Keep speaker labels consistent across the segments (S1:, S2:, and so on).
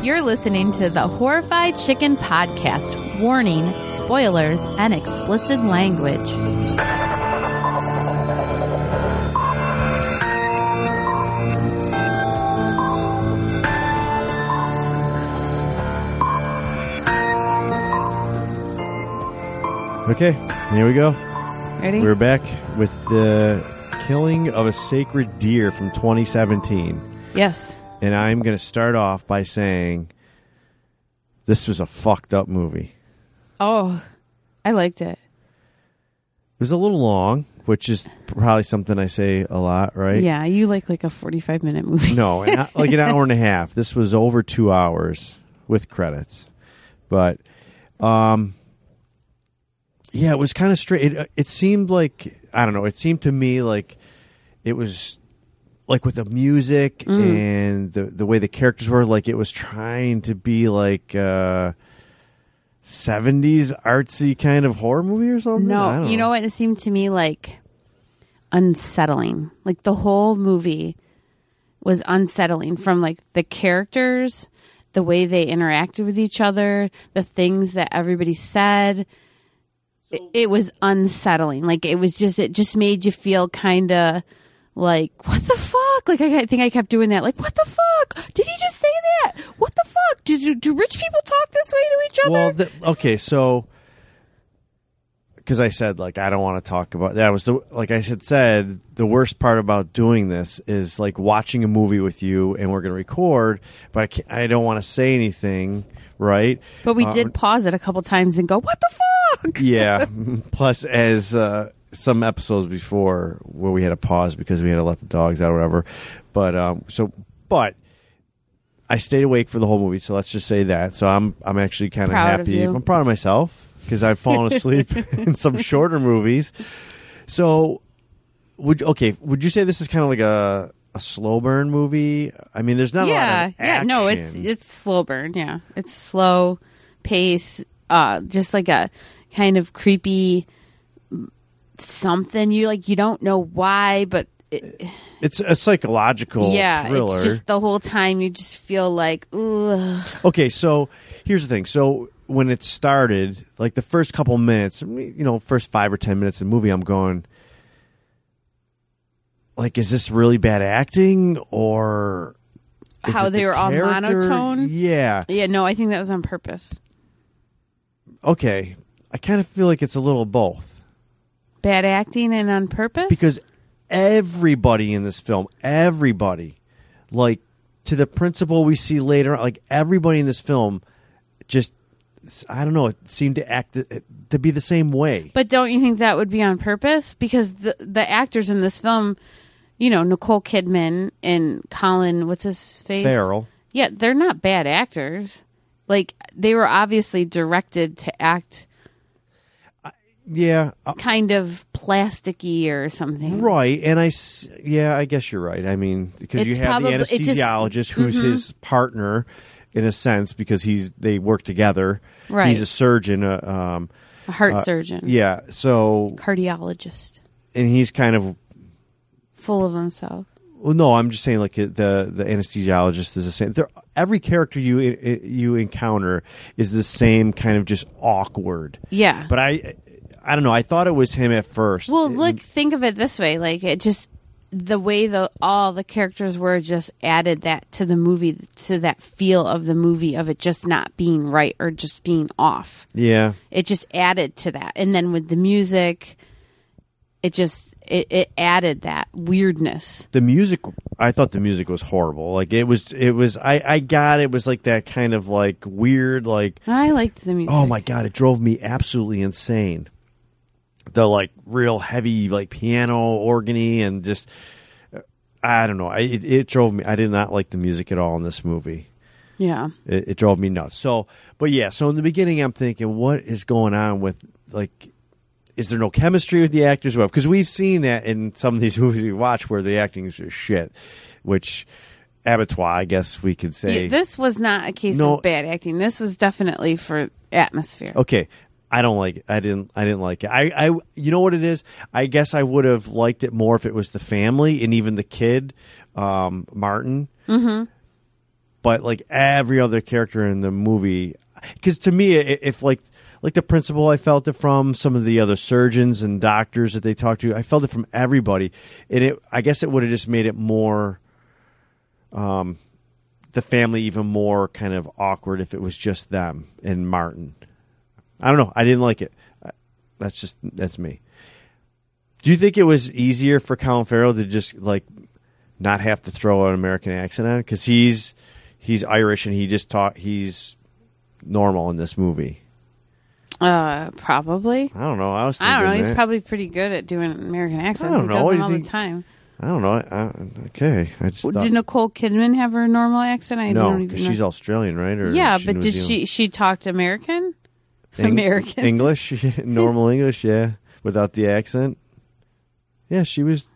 S1: You're listening to the Horrified Chicken Podcast. Warning, spoilers, and explicit language.
S2: Okay, here we go.
S1: Ready?
S2: We're back with the killing of a sacred deer from 2017.
S1: yes.
S2: And I'm going to start off by saying this was a fucked up movie.
S3: Oh, I liked it.
S2: It was a little long, which is probably something I say a lot, right?
S3: Yeah, you like like a forty-five minute movie.
S2: No, an- like an hour and a half. This was over two hours with credits, but um, yeah, it was kind of straight. It, it seemed like I don't know. It seemed to me like it was like with the music
S3: Mm.
S2: and the the way the characters were. Like it was trying to be like. uh 70s artsy kind of horror movie or something? I
S3: no,
S2: don't
S3: you know what? It seemed to me like unsettling. Like the whole movie was unsettling from like the characters, the way they interacted with each other, the things that everybody said. It, it was unsettling. Like it was just it just made you feel kind of like what the fuck? Like I, I think I kept doing that. Like what the fuck? Did he just say that? What the fuck? Do do, do rich people talk this way to each other?
S2: Well, th- okay, so because I said like I don't want to talk about that was the like I had said the worst part about doing this is like watching a movie with you and we're gonna record, but I can't, I don't want to say anything, right?
S3: But we
S2: Uh,
S3: did pause it a couple times and go, "What the fuck?"
S2: yeah. Plus, as uh, some episodes before where we had a pause because we had to let the dogs out or whatever. But um, so, but I stayed awake for the whole movie. So let's just say that. So I'm I'm actually kind of
S3: Proud of
S2: happy.
S3: you.
S2: I'm proud of myself because I've fallen asleep in some shorter movies. So would okay? Would you say this is kind of like a a slow burn movie? I mean, there's not a lot
S3: Yeah,
S2: of
S3: yeah. No, it's
S2: action.
S3: it's slow burn. Yeah, it's slow pace. Uh, just like a kind of creepy something. You like you don't know why, but it,
S2: it's a psychological
S3: yeah,
S2: thriller.
S3: it's just the whole time you just feel like, Ugh.
S2: Okay, so here's the thing. So when it started, like the first couple minutes, you know, first five or ten minutes of the movie, I'm going, like, is this really bad acting or is
S3: How
S2: it
S3: they
S2: the
S3: were all
S2: character?
S3: monotone?
S2: Yeah.
S3: yeah. No, I think that was on purpose.
S2: Okay. I kind of feel like it's a little both
S3: Bad acting and on purpose.
S2: because everybody in this film, everybody, like to the principal we see later, on, like everybody in this film, just I don't know, it seemed to act to be the same way.
S3: But don't you think that would be on purpose? Because the the actors in this film, you know, Nicole Kidman and Colin, what's his face?
S2: Farrell.
S3: Yeah, they're not bad actors. Like they were obviously directed to act
S2: Yeah, uh,
S3: kind of plasticky or something.
S2: right. And I, s- yeah, I guess you're right. I mean, because you
S3: It's
S2: have
S3: probably-
S2: the
S3: it just- Mm-hmm.
S2: anesthesiologist who's his partner in a sense because he's they work together.
S3: Right.
S2: He's a surgeon. Uh, um,
S3: A heart surgeon,
S2: yeah. So
S3: cardiologist,
S2: and he's kind of
S3: full of himself.
S2: well, no, I'm just saying like the the anesthesiologist is the same. They're, every character you you encounter is the same kind of just awkward.
S3: Yeah.
S2: But I, I don't know. I thought it was him at first.
S3: Well, look, think of it this way: like it just the way the all the characters were just added that to the movie, to that feel of the movie of it just not being right or just being off.
S2: yeah.
S3: It just added to that, and then with the music, it just it, it added that weirdness.
S2: the music i thought the music was horrible like it was it was i i got it was like that kind of like weird like
S3: I liked the music.
S2: oh my god it drove me absolutely insane the like real heavy like piano organy and just i don't know I, it, it drove me i did not like the music at all in this movie
S3: yeah,
S2: it, it drove me nuts. So, but yeah, so in the beginning, I'm thinking, what is going on with like, is there no chemistry with the actors? Because we've seen that in some of these movies we watch where the acting is just shit, which abattoir, I guess we could say.
S3: Yeah, this was not a case
S2: No.
S3: of bad acting. This was definitely for atmosphere.
S2: okay. I don't like it. I didn't. I didn't like it. I. I. You know what it is. I guess I would have liked it more if it was the family and even the kid, um, Martin. Mm-hmm. but like every other character in the movie, because to me, i- if like like the principal, I felt it from some of the other surgeons and doctors that they talked to. I felt it from everybody, and it. I guess it would have just made it more, um, the family even more kind of awkward if it was just them and Martin. I don't know. I didn't like it. I- That's just that's me. Do you think it was easier for Colin Farrell to just like not have to throw an American accent on because he's he's Irish and he just taught he's normal in this movie.
S3: Uh, probably.
S2: I don't know. I was thinking
S3: I don't know. He's
S2: that.
S3: probably pretty good at doing American accents.
S2: don't
S3: he
S2: know.
S3: does
S2: What
S3: them
S2: do you
S3: all
S2: think-
S3: the time.
S2: I don't know. I, I, okay, I just
S3: Did
S2: thought,
S3: Nicole Kidman have her normal accent? I
S2: no
S3: don't even
S2: because
S3: know.
S2: she's Australian, right? Or
S3: yeah,
S2: is
S3: but
S2: New
S3: did
S2: Zealand?
S3: she she talked American?
S2: Eng-
S3: American?
S2: English, normal English, yeah, without the accent. Yeah, she was.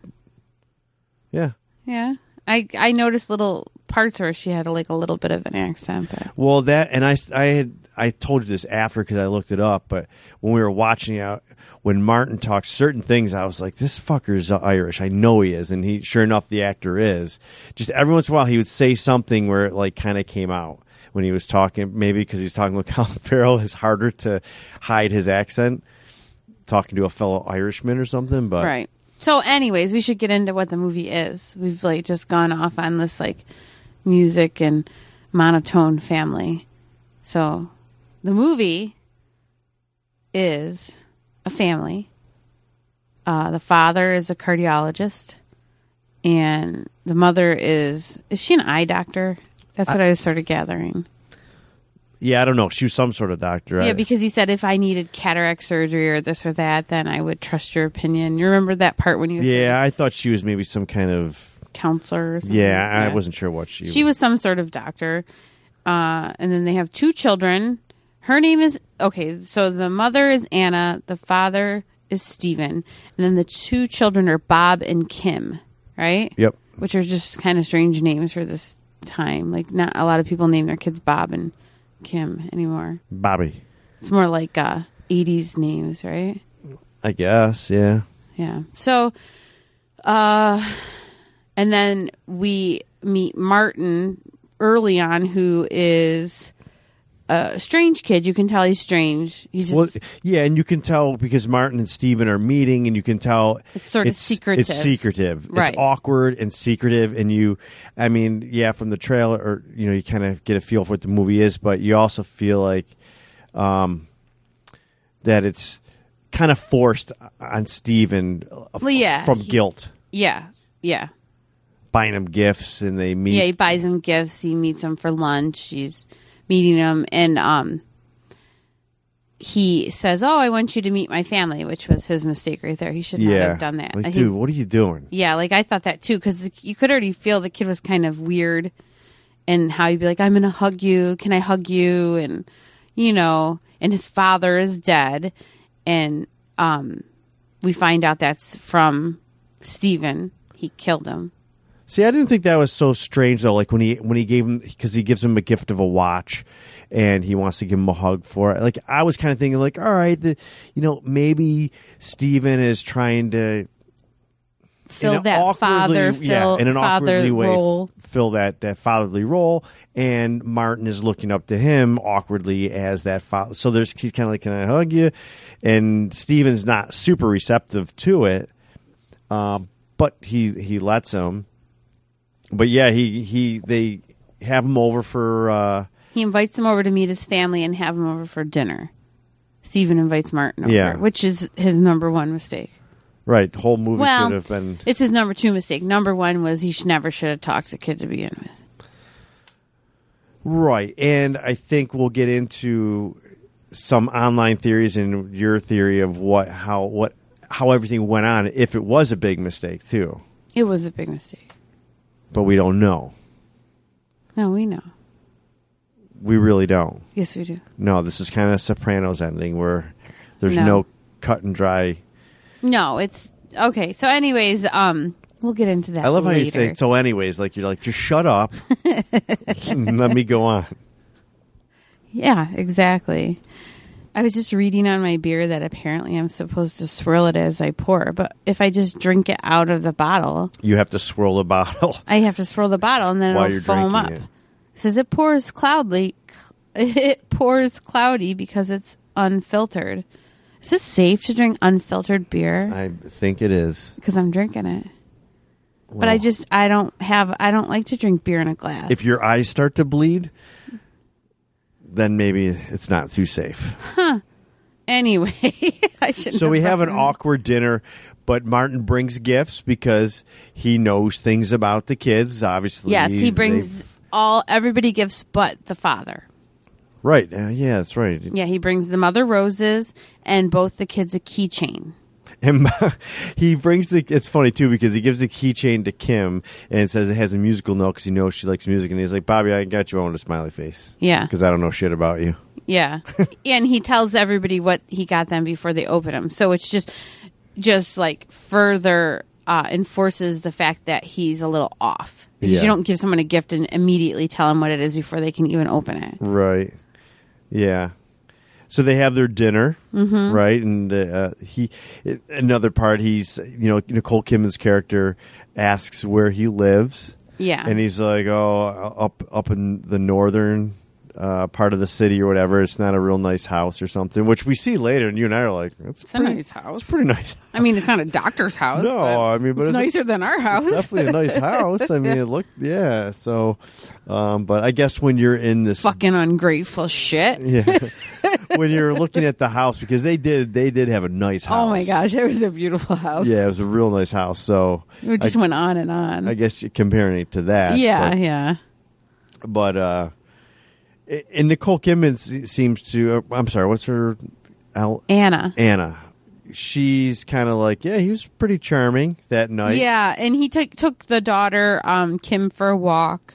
S2: Yeah.
S3: Yeah, I I noticed little parts where she had like a little bit of an accent, but
S2: Well, that and I, s- I had I told you this after because I looked it up, but when we were watching out, when Martin talked certain things, I was like, "This fucker's Irish. I know he is." And he, sure enough, the actor is. Just every once in a while, he would say something where it like kind of came out when he was talking. Maybe because he's talking with Colin Farrell, it's harder to hide his accent talking to a fellow Irishman or something. But
S3: right. So, anyways, we should get into what the movie is. We've like just gone off on this like music and monotone family. So, the movie is a family. Uh, the father is a cardiologist, and the mother is is she an eye doctor? That's what I was sort of gathering.
S2: yeah, I don't know. She was some sort of doctor.
S3: Yeah,
S2: I-
S3: because he said if I needed cataract surgery or this or that, then I would trust your opinion. You remember that part when you was
S2: yeah, I thought she was maybe some kind of.
S3: a counselor or something?
S2: Yeah, I wasn't sure what she.
S3: She was some sort of doctor. Uh, and then they have two children. Her name is okay, so the mother is Anna, the father is Stephen, and then the two children are Bob and Kim, right?
S2: Yep.
S3: Which are just kind of strange names for this time. Like not a lot of people name their kids Bob and Kim anymore.
S2: Bobby.
S3: It's more like uh 80s names, right?
S2: I guess, yeah.
S3: Yeah. So, uh, and then we meet Martin early on, who is a strange kid. You can tell he's strange. He's just,
S2: Well, yeah, and you can tell because Martin and Steven are meeting, and you can tell
S3: It's sort of secretive.
S2: It's secretive.
S3: Right.
S2: It's awkward and secretive, and you, I mean, yeah, from the trailer, or you know, you kind of get a feel for what the movie is, but you also feel like, um, that it's kind of forced on Steven uh,
S3: Well, yeah,
S2: from
S3: he-
S2: guilt,
S3: yeah, yeah,
S2: buying him gifts, and they meet.
S3: yeah. He buys him gifts. He meets him for lunch. He's meeting him, and um, he says, "Oh, I want you to meet my family," which was his mistake right there. He should not
S2: Yeah.
S3: have done that.
S2: Like,
S3: He-
S2: dude, what are you doing?
S3: Yeah, like I thought that too because you could already feel the kid was kind of weird, and how he'd be like, "I'm gonna hug you. Can I hug you?" And you know, and his father is dead, and um, we find out that's from Stephen. He killed him.
S2: See, I didn't think that was so strange though. Like when he when he gave him because he gives him a gift of a watch, and he wants to give him a hug for it. Like I was kind of thinking, like, all right, the, you know, maybe Steven is trying to in
S3: Fill
S2: an
S3: that
S2: awkwardly-
S3: father,
S2: yeah,
S3: fill
S2: in an
S3: father
S2: awkwardly way, f-
S3: role.
S2: fill that that fatherly role, and Martin is looking up to him awkwardly as that father. So there's he's kind of like, "Can I hug you?" And Steven's not super receptive to it, um, but he he lets him. But yeah, he he they have him over for uh,
S3: He invites him over to meet his family and have him over for dinner. Stephen invites Martin over,
S2: Yeah.
S3: which is his number one mistake.
S2: right. the Whole movie
S3: Well,
S2: could have been
S3: It's his number two mistake. Number one was he should never should have talked to the kid to begin with.
S2: Right. And I think we'll get into some online theories and your theory of what how what how everything went on if it was a big mistake too.
S3: It was a big mistake.
S2: But we don't know.
S3: No, we know.
S2: We really don't.
S3: Yes, we do.
S2: No, this is kind of Sopranos ending where there's
S3: No.
S2: no, cut and dry.
S3: No, it's okay. So, anyways, um, we'll get into that.
S2: I love how you
S3: later.
S2: say so anyways, like you're like just shut up and let me go on.
S3: Yeah, exactly. I was just reading on my beer that apparently I'm supposed to swirl it as I pour, but if I just drink it out of the bottle,
S2: You have to swirl a bottle
S3: I have to swirl the bottle and then
S2: while
S3: it'll
S2: you're
S3: foam
S2: drinking
S3: up.
S2: it.
S3: It says it pours cloudly. It pours cloudy because it's unfiltered. Is it safe to drink unfiltered beer?
S2: I think it is.
S3: Because I'm drinking it. But I
S2: Well,
S3: just I don't have I don't like to drink beer in a glass.
S2: if your eyes start to bleed, then maybe it's not too safe.
S3: anyway, I should.
S2: So we have an awkward dinner, but Martin brings gifts because he knows things about the kids. Obviously,
S3: Yes, he
S2: They-
S3: brings all everybody gifts but the father.
S2: right. Uh, yeah, that's right.
S3: Yeah, he brings the mother roses and both the kids a keychain.
S2: And he brings the. It's funny too because he gives the keychain to Kim and says it has a musical note because he knows she likes music. And he's like, "Bobby, I got you on a smiley face."
S3: Yeah.
S2: because I don't know shit about you.
S3: Yeah. and he tells everybody what he got them before they open them. So it's just just like further uh, enforces the fact that he's a little off. Because
S2: Yeah.
S3: you don't give someone a gift and immediately tell them what it is before they can even open it.
S2: Right. Yeah. So they have their dinner,
S3: Mm-hmm.
S2: right? And uh, he, another part, he's you know Nicole Kidman's character asks where he lives,
S3: Yeah.
S2: and he's like, "Oh, up up in the northern uh, part of the city or whatever. It's not a real nice house or something." Which we see later, and you and I are like, "That's
S3: it's a
S2: pretty,
S3: nice house.
S2: it's pretty nice."
S3: I mean, it's not a doctor's house.
S2: No, I mean, but
S3: it's
S2: it's-
S3: nicer than our house.
S2: Definitely a nice house. I mean, it looked yeah. So, um, but I guess when you're in this
S3: Fucking ungrateful shit.
S2: Yeah. when you're looking at the house because they did they did have a nice house.
S3: Oh my gosh, it was a beautiful house.
S2: Yeah, it was a real nice house. So
S3: It just
S2: I,
S3: went on and on.
S2: I guess you're comparing it to that.
S3: yeah, yeah.
S2: But, but uh a- and Nicole Kidman se- seems to uh, I'm sorry, what's her Al,
S3: Anna.
S2: Anna. She's kind of like, yeah, he was pretty charming that night.
S3: Yeah, and he took took the daughter um, Kim for a walk.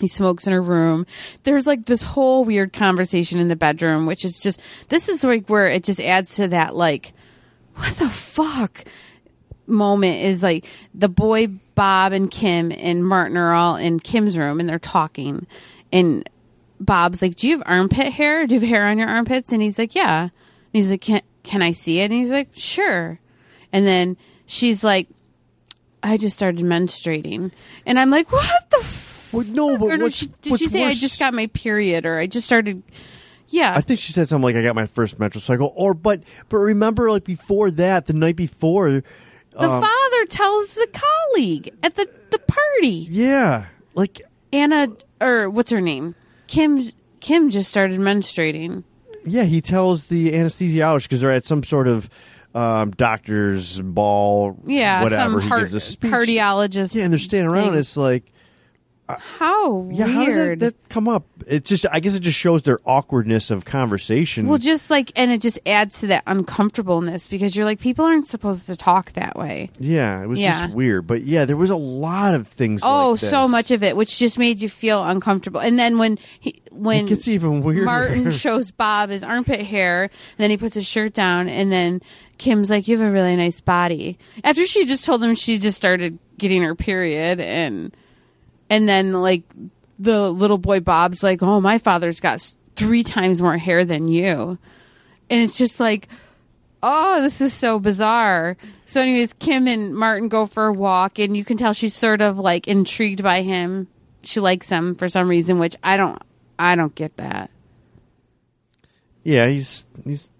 S3: He smokes in her room. There's like this whole weird conversation in the bedroom, which is just this is like where it just adds to that like, what the fuck moment is like the boy Bob and Kim and Martin are all in Kim's room and they're talking and Bob's like, "Do you have armpit hair? Do you have hair on your armpits?" And he's like, "Yeah." And he's like, "Can can I see it?" And he's like, "Sure." And then she's like, "I just started menstruating," and I'm like, "What the?" F-?
S2: Well, no, but
S3: or no,
S2: what's-
S3: she, did
S2: what's
S3: she say I
S2: worse-
S3: just got my period or I just started? Yeah,
S2: I think she said something like, "I got my first menstrual cycle," or but but remember, like before that, the night before,
S3: the
S2: um,
S3: father tells the colleague at the the party.
S2: yeah, like
S3: Anna or what's her name? Kim Kim just started menstruating.
S2: Yeah, he tells the anesthesiologist because they're at some sort of um, doctor's ball.
S3: Yeah,
S2: whatever.
S3: some
S2: he
S3: heart,
S2: gives a speech.
S3: cardiologist.
S2: Yeah, and they're standing around.
S3: thing.
S2: It's like,
S3: how
S2: yeah,
S3: weird.
S2: how does that, that come up? It's just, I guess, it just shows their awkwardness of conversation.
S3: well, just like, and it just adds to that uncomfortableness because you're like, people aren't supposed to talk that way.
S2: yeah, it was
S3: Yeah.
S2: just weird. But yeah, there was a lot of things.
S3: Oh,
S2: like
S3: so
S2: this.
S3: much of it, which just made you feel uncomfortable. And then when he, when
S2: It gets even weirder.
S3: Martin shows Bob his armpit hair, and then he puts his shirt down, and then Kim's like, "You have a really nice body." After she just told him she just started getting her period, and and then like the little boy Bob's like, "Oh, my father's got s- three times more hair than you," and it's just like. Oh, this is so bizarre. So, anyways, Kim and Martin go for a walk, and you can tell she's sort of like intrigued by him. She likes him for some reason, which I don't. I don't get that.
S2: Yeah, he's he's.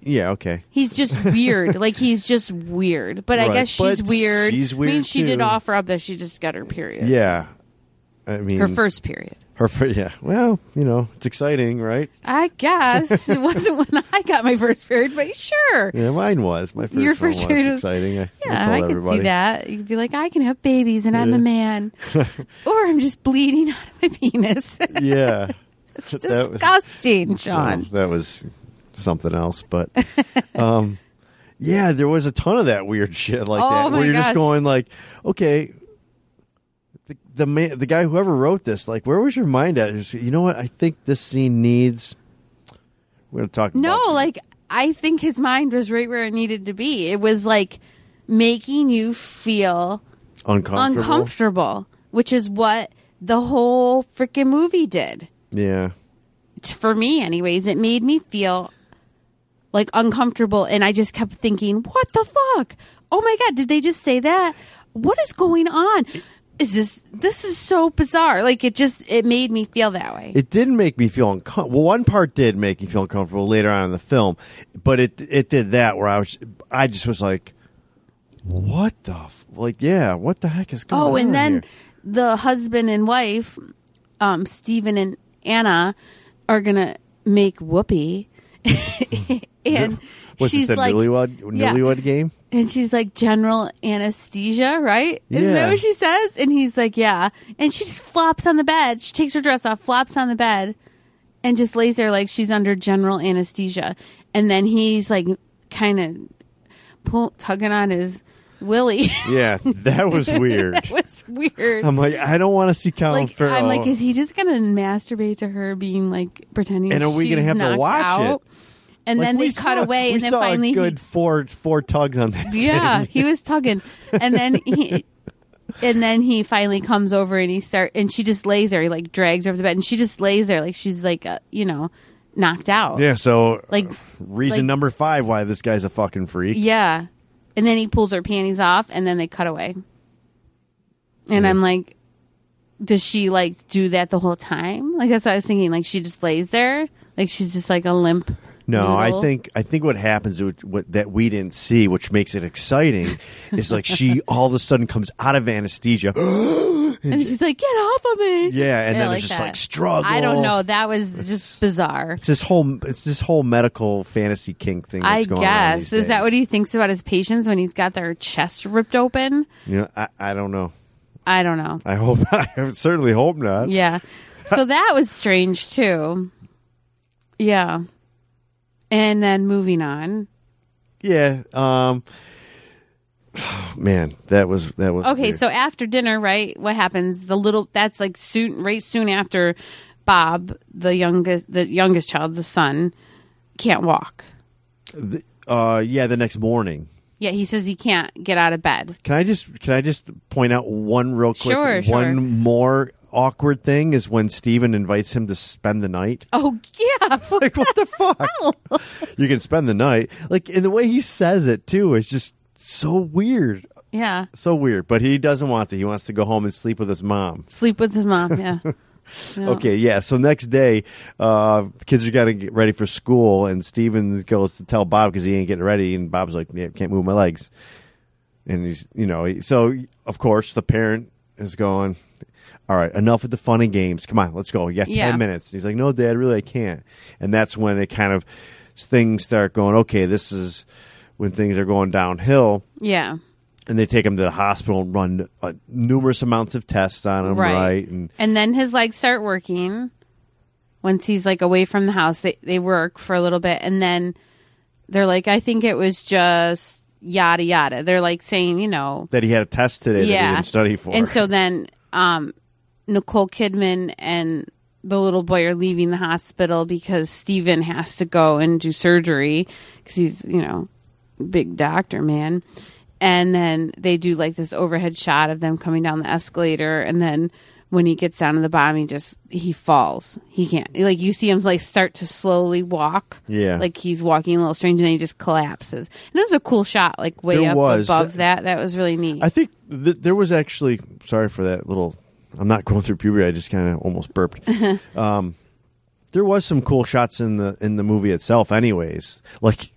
S2: Yeah, okay.
S3: He's just weird. like he's just weird. But I
S2: Right,
S3: guess she's
S2: but
S3: weird.
S2: she's
S3: I mean,
S2: weird,
S3: she did
S2: too.
S3: offer up that she just got her period.
S2: Yeah, I mean
S3: Her first period.
S2: her fir- Yeah, well, you know, it's exciting, right?
S3: I guess it wasn't when I got my first period, but sure.
S2: Yeah, mine was my first.
S3: Your
S2: one
S3: first period was-
S2: exciting. I, I
S3: Yeah,
S2: told
S3: I, could
S2: everybody.
S3: see that. You'd be like, I can have babies and I'm a man. or I'm just bleeding out of my penis.
S2: yeah. That was-
S3: Disgusting, John.
S2: Well, that was something else, but um, yeah, there was a ton of that weird shit like
S3: Oh,
S2: that
S3: my
S2: where you're
S3: gosh.
S2: just going like, okay, the the, man, the guy whoever wrote this, like, where was your mind at? Just, You know what? I think this scene needs. We're gonna talk.
S3: No,
S2: about
S3: like I think his mind was right where it needed to be. It was like making you feel
S2: uncomfortable.
S3: uncomfortable, which is what the whole freaking movie did.
S2: Yeah,
S3: T- For me, anyways, it made me feel like uncomfortable. And I just kept thinking, what the fuck? Oh my God, did they just say that? What is going on? is this this is so bizarre like it just it made me feel that way
S2: It didn't make me feel uncomfortable. Well, one part did make me feel uncomfortable later on in the film, but it it did that where I was I just was like, what the f-? like yeah, what the heck is going on?
S3: oh and then
S2: here?
S3: the husband and wife um stephen and anna are gonna make whoopee and
S2: was
S3: she's
S2: this the
S3: like
S2: newlywed
S3: Yeah.
S2: newlywed game?
S3: And she's like, general anesthesia, right? Isn't that
S2: Yeah.
S3: what she says? And he's like, yeah. And she just flops on the bed. She takes her dress off, flops on the bed, and just lays there like she's under general anesthesia. And then he's like, kind of pull, tugging on his willy.
S2: Yeah, that was weird.
S3: that was weird.
S2: I'm oh. like, I don't want to see Colin
S3: like,
S2: Farrell.
S3: I'm like, is he just going to masturbate to her being like pretending
S2: And are we
S3: going
S2: gonna have to watch
S3: out? And
S2: Like,
S3: then they
S2: we
S3: cut
S2: saw-
S3: away,
S2: we
S3: and then
S2: saw a
S3: finally he
S2: good four four tugs on that.
S3: Yeah, he was tugging, and then he, and then he finally comes over and he start and she just lays there, he like drags her over the bed, and she just lays there like she's like uh, you know knocked out.
S2: Yeah, so
S3: Like-
S2: reason
S3: like-
S2: number five why this guy's a fucking freak.
S3: Yeah, and then he pulls her panties off, and then they cut away. And I'm like, does she like do that the whole time? Like that's what I was thinking. Like she just lays there, like she's just like a limp.
S2: No,
S3: noodle.
S2: I think I think what happens which- what, that we didn't see, which makes it exciting, is like she all of a sudden comes out of anesthesia.
S3: And she's like, get off of me.
S2: yeah, Oh. and
S3: Yeah,
S2: then
S3: like
S2: it's just
S3: that.
S2: like struggle.
S3: I don't know. That was just bizarre.
S2: It's this whole it's this whole medical fantasy kink thing.
S3: I
S2: That's going On
S3: guess.
S2: these
S3: Is that
S2: days.
S3: what he thinks about his patients when he's got their chest ripped open?
S2: You know, I, I don't know.
S3: I don't know.
S2: I hope. I certainly hope not.
S3: Yeah. So that was strange too. Yeah. And then moving on.
S2: Yeah. Um. Man, that was that was
S3: Okay,
S2: weird.
S3: so after dinner, right? What happens? The little that's like soon right soon after Bob, the youngest the youngest child, the son, can't walk.
S2: The- uh, yeah, the next morning.
S3: Yeah, he says he can't get out of bed.
S2: Can I just can I just point out one real quick
S3: Sure,
S2: one
S3: sure.
S2: more awkward thing is when Steven invites him to spend the night.
S3: Oh yeah.
S2: Like what the fuck? you can spend the night. Like and the way he says it too is just so weird.
S3: yeah.
S2: So weird. But he doesn't want to. He wants to go home and sleep with his mom.
S3: Sleep with his mom, yeah. Yeah.
S2: Okay, yeah. So next day, uh, the kids are getting get ready for school, and Steven goes to tell Bob because he ain't getting ready, and Bob's like, "Yeah, can't move my legs," and he's, you know, he- so of course the parent is going, "All right, enough with the funny games. Come on, let's go. You got
S3: Yeah.
S2: ten minutes." He's like, "No, Dad, really, I can't," and that's when it kind of things start going. Okay, this is when things are going downhill
S3: Yeah.
S2: and they take him to the hospital and run uh, numerous amounts of tests on him, right? And
S3: and then his legs start working once he's like away from the house they, they work for a little bit and then they're like i think it was just yada yada they're like saying you know
S2: that he had a test today that
S3: yeah
S2: he didn't study for.
S3: and so then um nicole kidman and the little boy are leaving the hospital because steven has to go and do surgery because he's you know big doctor man and then they do like this overhead shot of them coming down the escalator and then when he gets down to the bottom he just he falls he can't like you see him like start to slowly walk
S2: Yeah.
S3: like he's walking a little strange and then he just collapses and it was a cool shot like way
S2: There
S3: up
S2: was.
S3: above that that was really neat
S2: I think th- there was actually sorry for that little. I'm not going through puberty. I just kind of almost burped. um, there was some cool shots in the in the movie itself, anyways. Like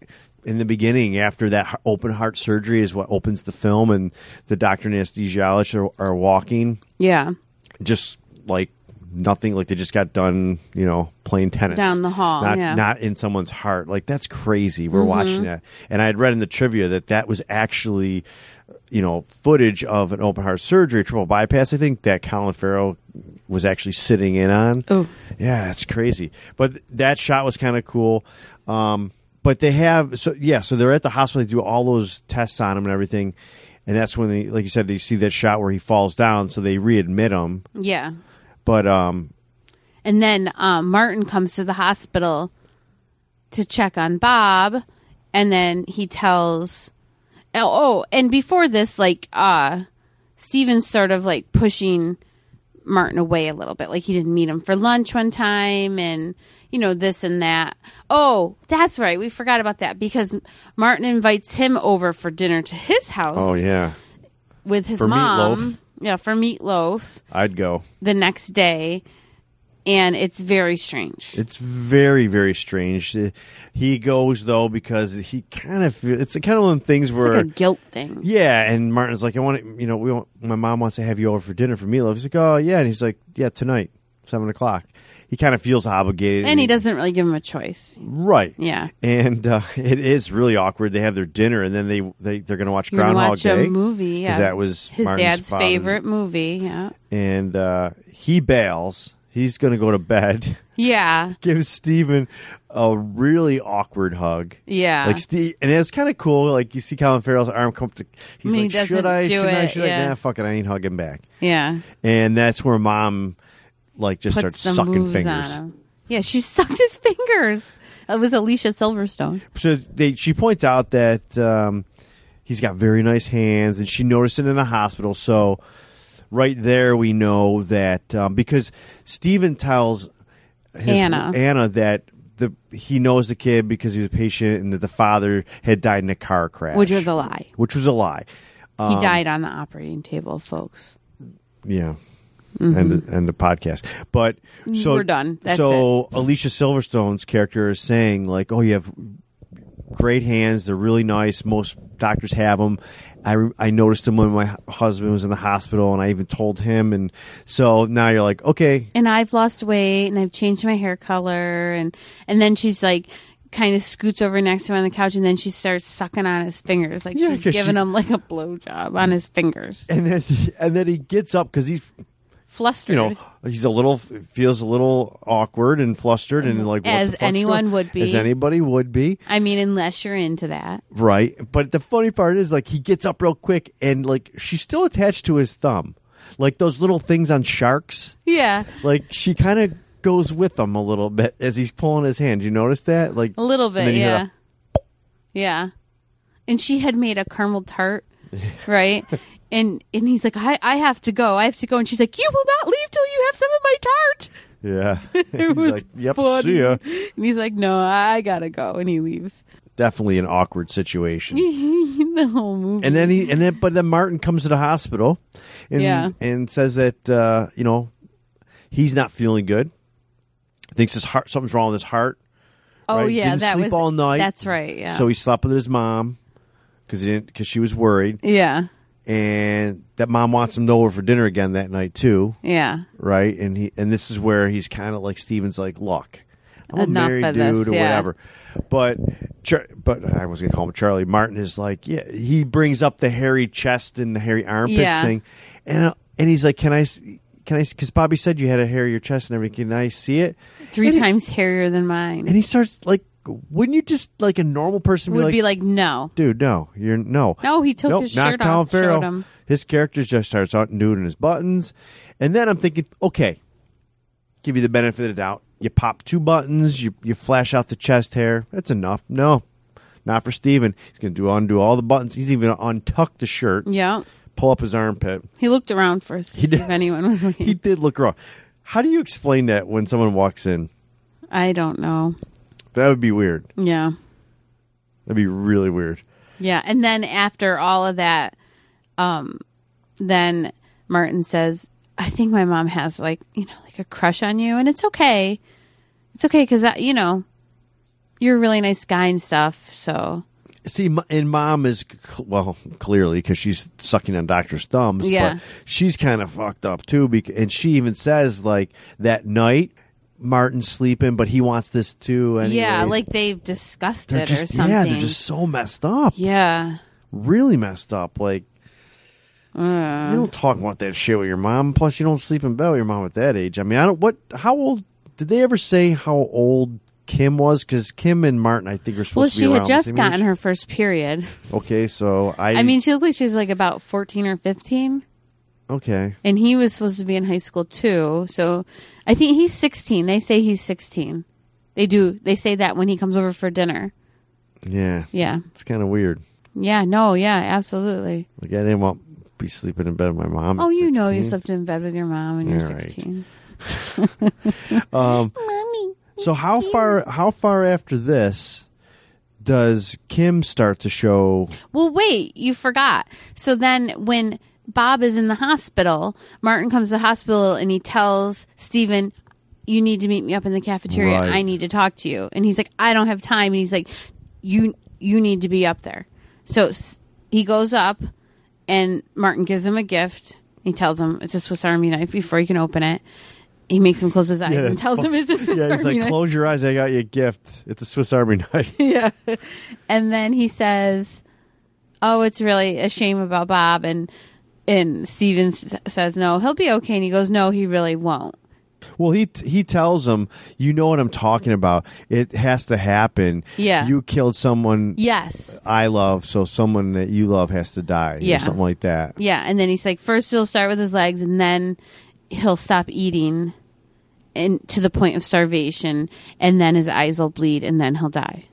S2: in the beginning, after that h- open heart surgery is what opens the film, and the doctor and anesthesiologist are, are walking,
S3: yeah
S2: just like nothing. Like they just got done, you know, playing tennis
S3: Down the hall,
S2: Not,
S3: yeah. Mm-hmm.
S2: not in someone's heart. Like that's crazy. We're watching that, and I had read in the trivia that that was actually, you know, footage of an open heart surgery, triple bypass. I think that Colin Farrell was actually sitting in on.
S3: Oh.
S2: yeah, that's crazy. But th- that shot was kind of cool. Um, but they have so yeah, so they're at the hospital. They do all those tests on him and everything. And that's when they, like you said, they see that shot where he falls down, so they readmit him.
S3: Yeah.
S2: But um,
S3: And then um, Martin comes to the hospital to check on Bob. And then he tells. Oh, oh and before this, like, uh, Steven's sort of like pushing Martin away a little bit. Like, he didn't meet him for lunch one time and, you know, this and that. Oh, that's right. We forgot about that because Martin invites him over for dinner to his house
S2: oh yeah,
S3: with his
S2: For
S3: mom.
S2: meatloaf.
S3: yeah, for meatloaf
S2: I'd go.
S3: the next day, and it's very strange.
S2: It's very very strange. He goes though because he kind of it's the kind of one of them things
S3: It's
S2: where
S3: like a guilt thing.
S2: Yeah, and Martin's like, I want to, you know, we want my mom wants to have you over for dinner for meatloaf. He's like, oh yeah, and he's like, yeah, tonight, seven o'clock. He kind of feels obligated,
S3: And he doesn't really give him a choice.
S2: right.
S3: Yeah.
S2: and uh, it is really awkward. They have their dinner, and then they they they're going to watch
S3: You're gonna
S2: Groundhog
S3: watch
S2: Day,
S3: a movie. Yeah.
S2: that was
S3: his
S2: Martin's
S3: dad's
S2: father's-
S3: favorite movie. Yeah.
S2: and uh, he bails. He's going to go to bed.
S3: Yeah.
S2: Gives Steven a really awkward hug.
S3: Yeah.
S2: Like Steve, and it's kind of cool. Like you see Colin Farrell's arm come up to.
S3: I
S2: He's
S3: mean,
S2: like,
S3: he doesn't
S2: should
S3: do
S2: I? should I?
S3: it,
S2: Should I?
S3: yeah.
S2: Nah, fuck it. I ain't hugging back.
S3: yeah.
S2: and that's where mom like just
S3: Puts
S2: starts
S3: some
S2: sucking
S3: moves
S2: fingers.
S3: on him. Yeah, she sucked his fingers. It was Alicia Silverstone.
S2: So they, she points out that um, he's got very nice hands, and she noticed it in a hospital. So right there, we know that um, because Stephen tells his,
S3: Anna.
S2: Anna that. The, he knows the kid because he was a patient and that the father had died in a car crash.
S3: Which was a lie.
S2: Which was a lie.
S3: he
S2: Um,
S3: died on the operating table, folks.
S2: Yeah. And and the podcast, but so
S3: Mm-hmm. We're done. That's
S2: so Alicia Silverstone's character is saying like, "Oh, you have great hands. They're really nice. Most doctors have them. I re- I noticed them when my hu- husband was in the hospital, and I even told him. And so now you're like, okay,
S3: And I've lost weight and I've changed my hair color and and then she's like kind of scoots over next to him on the couch and then she starts sucking on his fingers like
S2: Yeah,
S3: she's
S2: 'cause
S3: giving
S2: she-
S3: him like a blowjob on his fingers.
S2: and then and then he gets up because he's
S3: Flustered.
S2: you know he's a little feels a little awkward and flustered and like what the
S3: Mm-hmm. As
S2: fuck's going-
S3: anyone would be.
S2: as anybody would be.
S3: I mean unless you're into that.
S2: Right. But the funny part is like he gets up real quick and like she's still attached to his thumb. Like those little things on sharks.
S3: Yeah.
S2: Like she kind of goes with him a little bit as he's pulling his hand. You notice that? Like
S3: A little
S2: and
S3: bit,
S2: then you hear
S3: yeah. Yeah. And she had made a caramel tart, right? and and he's like, I, I have to go. I have to go. And she's like, You will not leave till you have some of my tart.
S2: the- yeah. he's
S3: was
S2: like, "Yep,
S3: funny.
S2: see ya."
S3: And he's like, No, I gotta go. And he leaves.
S2: Definitely an awkward situation.
S3: the whole movie.
S2: and then he and then but then Martin comes to the hospital and
S3: Yeah.
S2: and says that uh, you know he's not feeling good. Thinks his heart something's wrong with his heart.
S3: oh
S2: right?
S3: yeah,
S2: Didn't
S3: that
S2: sleep
S3: was
S2: all night.
S3: That's right. Yeah.
S2: So he slept with his mom because he didn't because she was worried.
S3: yeah.
S2: and that mom wants him over for dinner again that night too,
S3: Yeah.
S2: right? And he and this is where he's kind of like Steven's like, look, I'm a
S3: Enough
S2: married
S3: of this,
S2: dude or
S3: yeah.
S2: whatever. But Char- but I was gonna call him Charlie. Martin is like, yeah, he brings up the hairy chest and the hairy armpits
S3: Yeah.
S2: thing, and uh, and he's like, can I? s- Can I? Because Bobby said you had a hairier chest and everything. Can I see it?
S3: Three
S2: And he-
S3: times hairier than mine.
S2: and he starts like, wouldn't you just like a normal person be
S3: Would
S2: like,
S3: be like, No.
S2: dude, no, you're no,
S3: No, he took
S2: nope,
S3: his
S2: not
S3: shirt
S2: Colin
S3: off,
S2: Farrell.
S3: showed him.
S2: His character just starts out doing his buttons, and then I'm thinking, okay, give you the benefit of the doubt. You pop two buttons, you you flash out the chest hair. That's enough. No, not for Steven. He's gonna do undo all the buttons. He's even gonna untuck the shirt,
S3: Yeah.
S2: pull up his armpit.
S3: He looked around first to see if anyone was looking.
S2: He did look wrong. How do you explain that when someone walks in?
S3: I don't know.
S2: That would be weird.
S3: Yeah.
S2: That'd be really weird.
S3: Yeah, and then after all of that, um, then Martin says, "I think my mom has like you know like a crush on you, and it's okay. It's okay because you know you're a really nice guy and stuff. So
S2: See, m- and mom is cl- well clearly because she's sucking on doctor's thumbs.
S3: Yeah.
S2: but she's kind of fucked up too. Because, and she even says like that night Martin's sleeping, but he wants this too. Anyways.
S3: yeah, like they've discussed
S2: they're
S3: it or
S2: just
S3: something.
S2: yeah, they're just so messed up,
S3: yeah,
S2: really messed up. Like
S3: Uh.
S2: you don't talk about that shit with your mom. Plus, you don't sleep in bed with your mom at that age. I mean, I don't. What? How old? Did they ever say how old? Kim was because Kim and Martin, I think, are supposed
S3: Well,
S2: to be
S3: she had
S2: around the
S3: just
S2: same
S3: gotten
S2: age.
S3: her first period.
S2: Okay, so I,
S3: I mean, she looked like she was like about fourteen or fifteen.
S2: okay,
S3: And he was supposed to be in high school too. So I think he's 16. They say he's 16. They do. They say that when he comes over for dinner.
S2: yeah,
S3: Yeah.
S2: It's kind of weird.
S3: Yeah. No. Yeah. Absolutely.
S2: Like I didn't want to be sleeping in bed with my mom.
S3: Oh,
S2: at
S3: you know, you
S2: 16.
S3: slept in bed with your mom when you're
S2: All right.
S3: 16.
S2: So how far? How far after this does Kim start to show?
S3: Well, wait. You forgot. So then when Bob is in the hospital. Martin comes to the hospital and he tells Steven, You need to meet me up in the cafeteria.
S2: Right.
S3: I need to talk to you. And he's like, I don't have time. And he's like, You you need to be up there. So s- he goes up and Martin gives him a gift. He tells him it's a Swiss Army knife before he can open it. He makes him close his eyes
S2: Yeah,
S3: and
S2: that's
S3: tells him it's a Swiss
S2: Yeah, he's
S3: Army
S2: like,
S3: knife.
S2: close your eyes. I got you a gift. It's a Swiss Army knife.
S3: yeah. And then he says, "Oh, it's really a shame about Bob." And and Steven s- says, "No, he'll be okay." And he goes, "No, he really won't."
S2: Well, he t- he tells him, you know what I'm talking about. It has to happen.
S3: Yeah.
S2: you killed someone
S3: Yes.
S2: I love, so someone that you love has to die.
S3: Yeah.
S2: or something like that.
S3: Yeah, and then he's like, first he'll start with his legs, and then he'll stop eating, and to the point of starvation, and then his eyes will bleed, and then he'll die,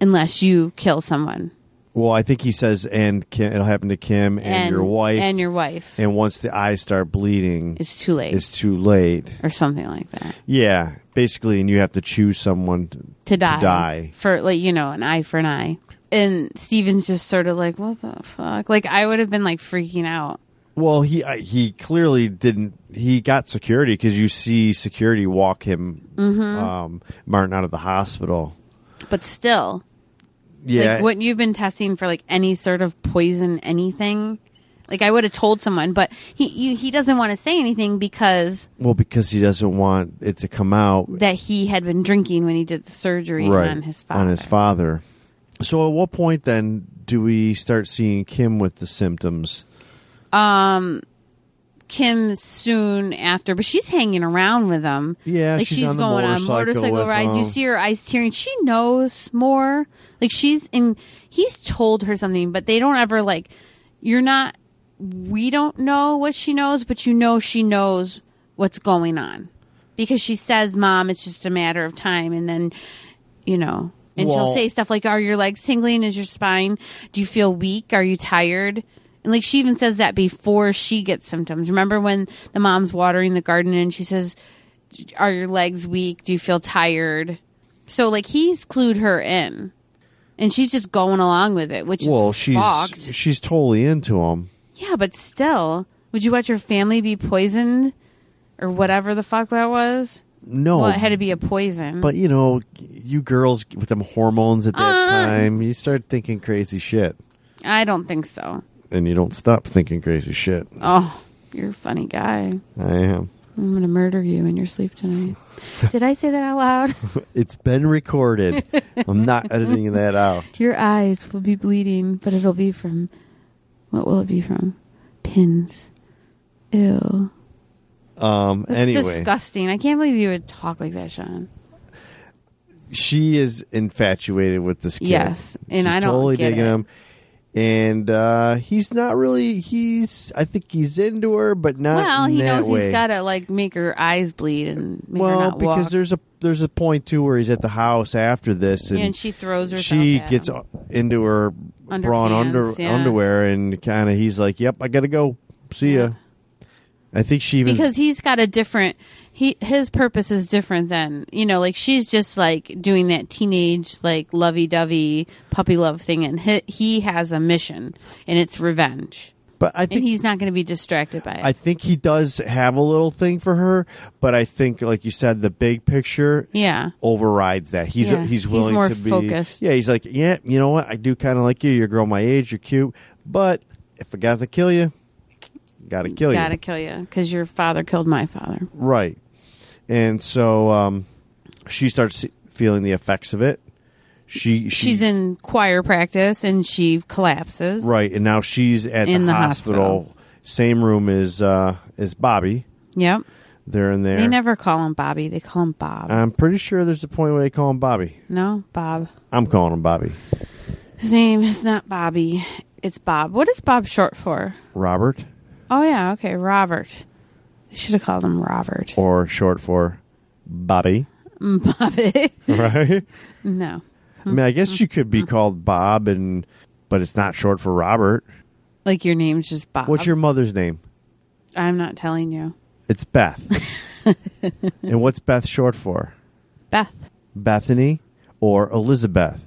S3: unless you kill someone
S2: Well, I think he says, and Kim, it'll happen to Kim and, your wife,
S3: and your wife.
S2: And once the eyes start bleeding,
S3: it's too late,
S2: it's too late.
S3: or something like that.
S2: Yeah, basically, and you have to choose someone. to-
S3: to die,
S2: die.
S3: for like you know an eye for an eye and steven's just sort of like what the fuck like i would have been like freaking out
S2: Well, he I, he clearly didn't. He got security because you see security walk him,
S3: Mm-hmm.
S2: um, Martin, out of the hospital.
S3: but still
S2: Yeah,
S3: like wouldn't you have been testing for like any sort of poison anything like i would have told someone but he you, he doesn't want to say anything because
S2: well, because he doesn't want it to come out
S3: that he had been drinking when he did the surgery
S2: right
S3: on his father
S2: father. So, at what point then do we start seeing Kim with the symptoms?
S3: kim soon after but she's hanging around with him
S2: Yeah,
S3: like she's,
S2: she's on the
S3: going on
S2: motorcycle
S3: motorcycle
S2: with
S3: rides. You
S2: him.
S3: see her eyes tearing. She knows more. Like she's in. He's told her something, but they don't ever like. You're not. We don't know what she knows, but you know she knows what's going on because she says, "Mom, it's just a matter of time," and then you know. And she'll
S2: Well-
S3: say stuff like, "Are your legs tingling? Is your spine? Do you feel weak? Are you tired?" And like she even says that before she gets symptoms. Remember when the mom's watering the garden and she says, are your legs weak? Do you feel tired? So like he's clued her in, and she's just going along with it, which
S2: Well,
S3: is
S2: she's
S3: fucked.
S2: she's totally into him.
S3: Yeah, but still, would you let your family be poisoned or whatever the fuck that was?
S2: No,
S3: Well, it had to be a poison.
S2: Oh. but you know, you girls with them hormones at that
S3: Uh.
S2: time, you start thinking crazy shit,
S3: I don't think so.
S2: and you don't stop thinking crazy shit.
S3: Oh, you're a funny guy.
S2: I am.
S3: I'm gonna murder you in your sleep tonight. Did I say that out loud?
S2: It's been recorded. I'm not editing that out.
S3: Your eyes will be bleeding, but it'll be from what will it be from? Pins. Ew.
S2: Um.
S3: That's
S2: anyway,
S3: disgusting. I can't believe you would talk like that, Sean.
S2: she is infatuated with this kid.
S3: Yes, and
S2: She's
S3: I don't
S2: totally
S3: get
S2: digging
S3: it.
S2: him. And uh, he's not really. He's. I think he's into her, but not.
S3: well, he
S2: in that
S3: knows
S2: way.
S3: he's got to like make her eyes bleed and make her
S2: Well,
S3: not
S2: because
S3: walk.
S2: there's a there's a point too where he's at the house after this, and,
S3: Yeah, and she throws herself.
S2: she
S3: at
S2: gets
S3: him.
S2: into her brawn under
S3: Underpants, yeah.
S2: underwear, and kind of he's like, "Yep, I gotta go. See ya." I think she even
S3: because he's got a different. He his purpose is different than you know. Like she's just like doing that teenage like lovey dovey puppy love thing, and he, he has a mission, and it's revenge,
S2: but I
S3: and
S2: think
S3: he's not going to be distracted by it.
S2: I think he does have a little thing for her, but I think, like you said, the big picture
S3: yeah,
S2: overrides that. He's
S3: Yeah, he's
S2: he's willing
S3: more
S2: to be
S3: focused.
S2: Yeah, he's like, yeah, you know what? I do kind of like you. You're a girl my age. You're cute, but if I got to kill you, got to kill
S3: gotta
S2: you, Mm.
S3: kill you because your father killed my father.
S2: right? And so um, she starts feeling the effects of it. She, she
S3: She's in choir practice and she collapses.
S2: right, and now she's at
S3: In the
S2: hospital.
S3: hospital.
S2: Same room as uh, as Bobby.
S3: Yep.
S2: They're in there.
S3: They never call him Bobby. They call him Bob.
S2: I'm pretty sure there's a point where they call him Bobby.
S3: no, Bob.
S2: I'm calling him Bobby.
S3: His name is not Bobby. It's Bob. What is Bob short for?
S2: Robert,
S3: Oh yeah, okay, Robert. They should have called him Robert.
S2: or short for Bobby,
S3: Bobby.
S2: right?
S3: no.
S2: I mean, I guess you could be called Bob, and but it's not short for Robert.
S3: Like your name's just Bob.
S2: What's your mother's name?
S3: I'm not telling you.
S2: It's Beth. and what's Beth short for?
S3: Beth.
S2: Bethany or Elizabeth?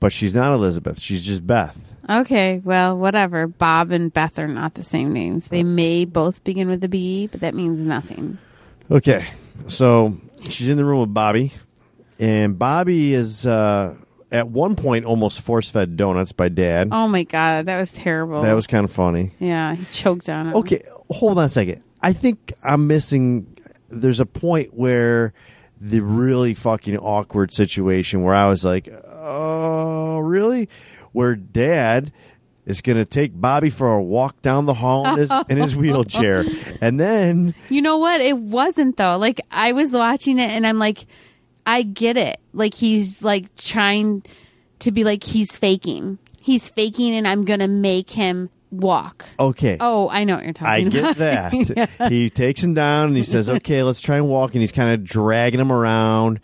S2: but she's not Elizabeth. She's just Beth.
S3: Okay, well, whatever. Bob and Beth are not the same names. They may both begin with a B, but that means nothing.
S2: Okay, so she's in the room with Bobby, and Bobby is uh, at one point almost force fed donuts by Dad.
S3: Oh my god, that was terrible.
S2: That was kind of funny.
S3: yeah. He choked on it.
S2: Okay, hold on a second. I think I'm missing. There's a point where the really fucking awkward situation where I was like, "Oh, really?" Where Dad is going to take Bobby for a walk down the hall in his, in his wheelchair, and then
S3: You know what? It wasn't though. Like I was watching it and I'm like, I get it. Like he's like trying to be like he's faking. He's faking, and I'm gonna make him walk.
S2: okay,
S3: Oh, I know what you're
S2: I
S3: talking
S2: get
S3: about.
S2: that. He takes him down and he says, "Okay, let's try and walk." And he's kind of dragging him around,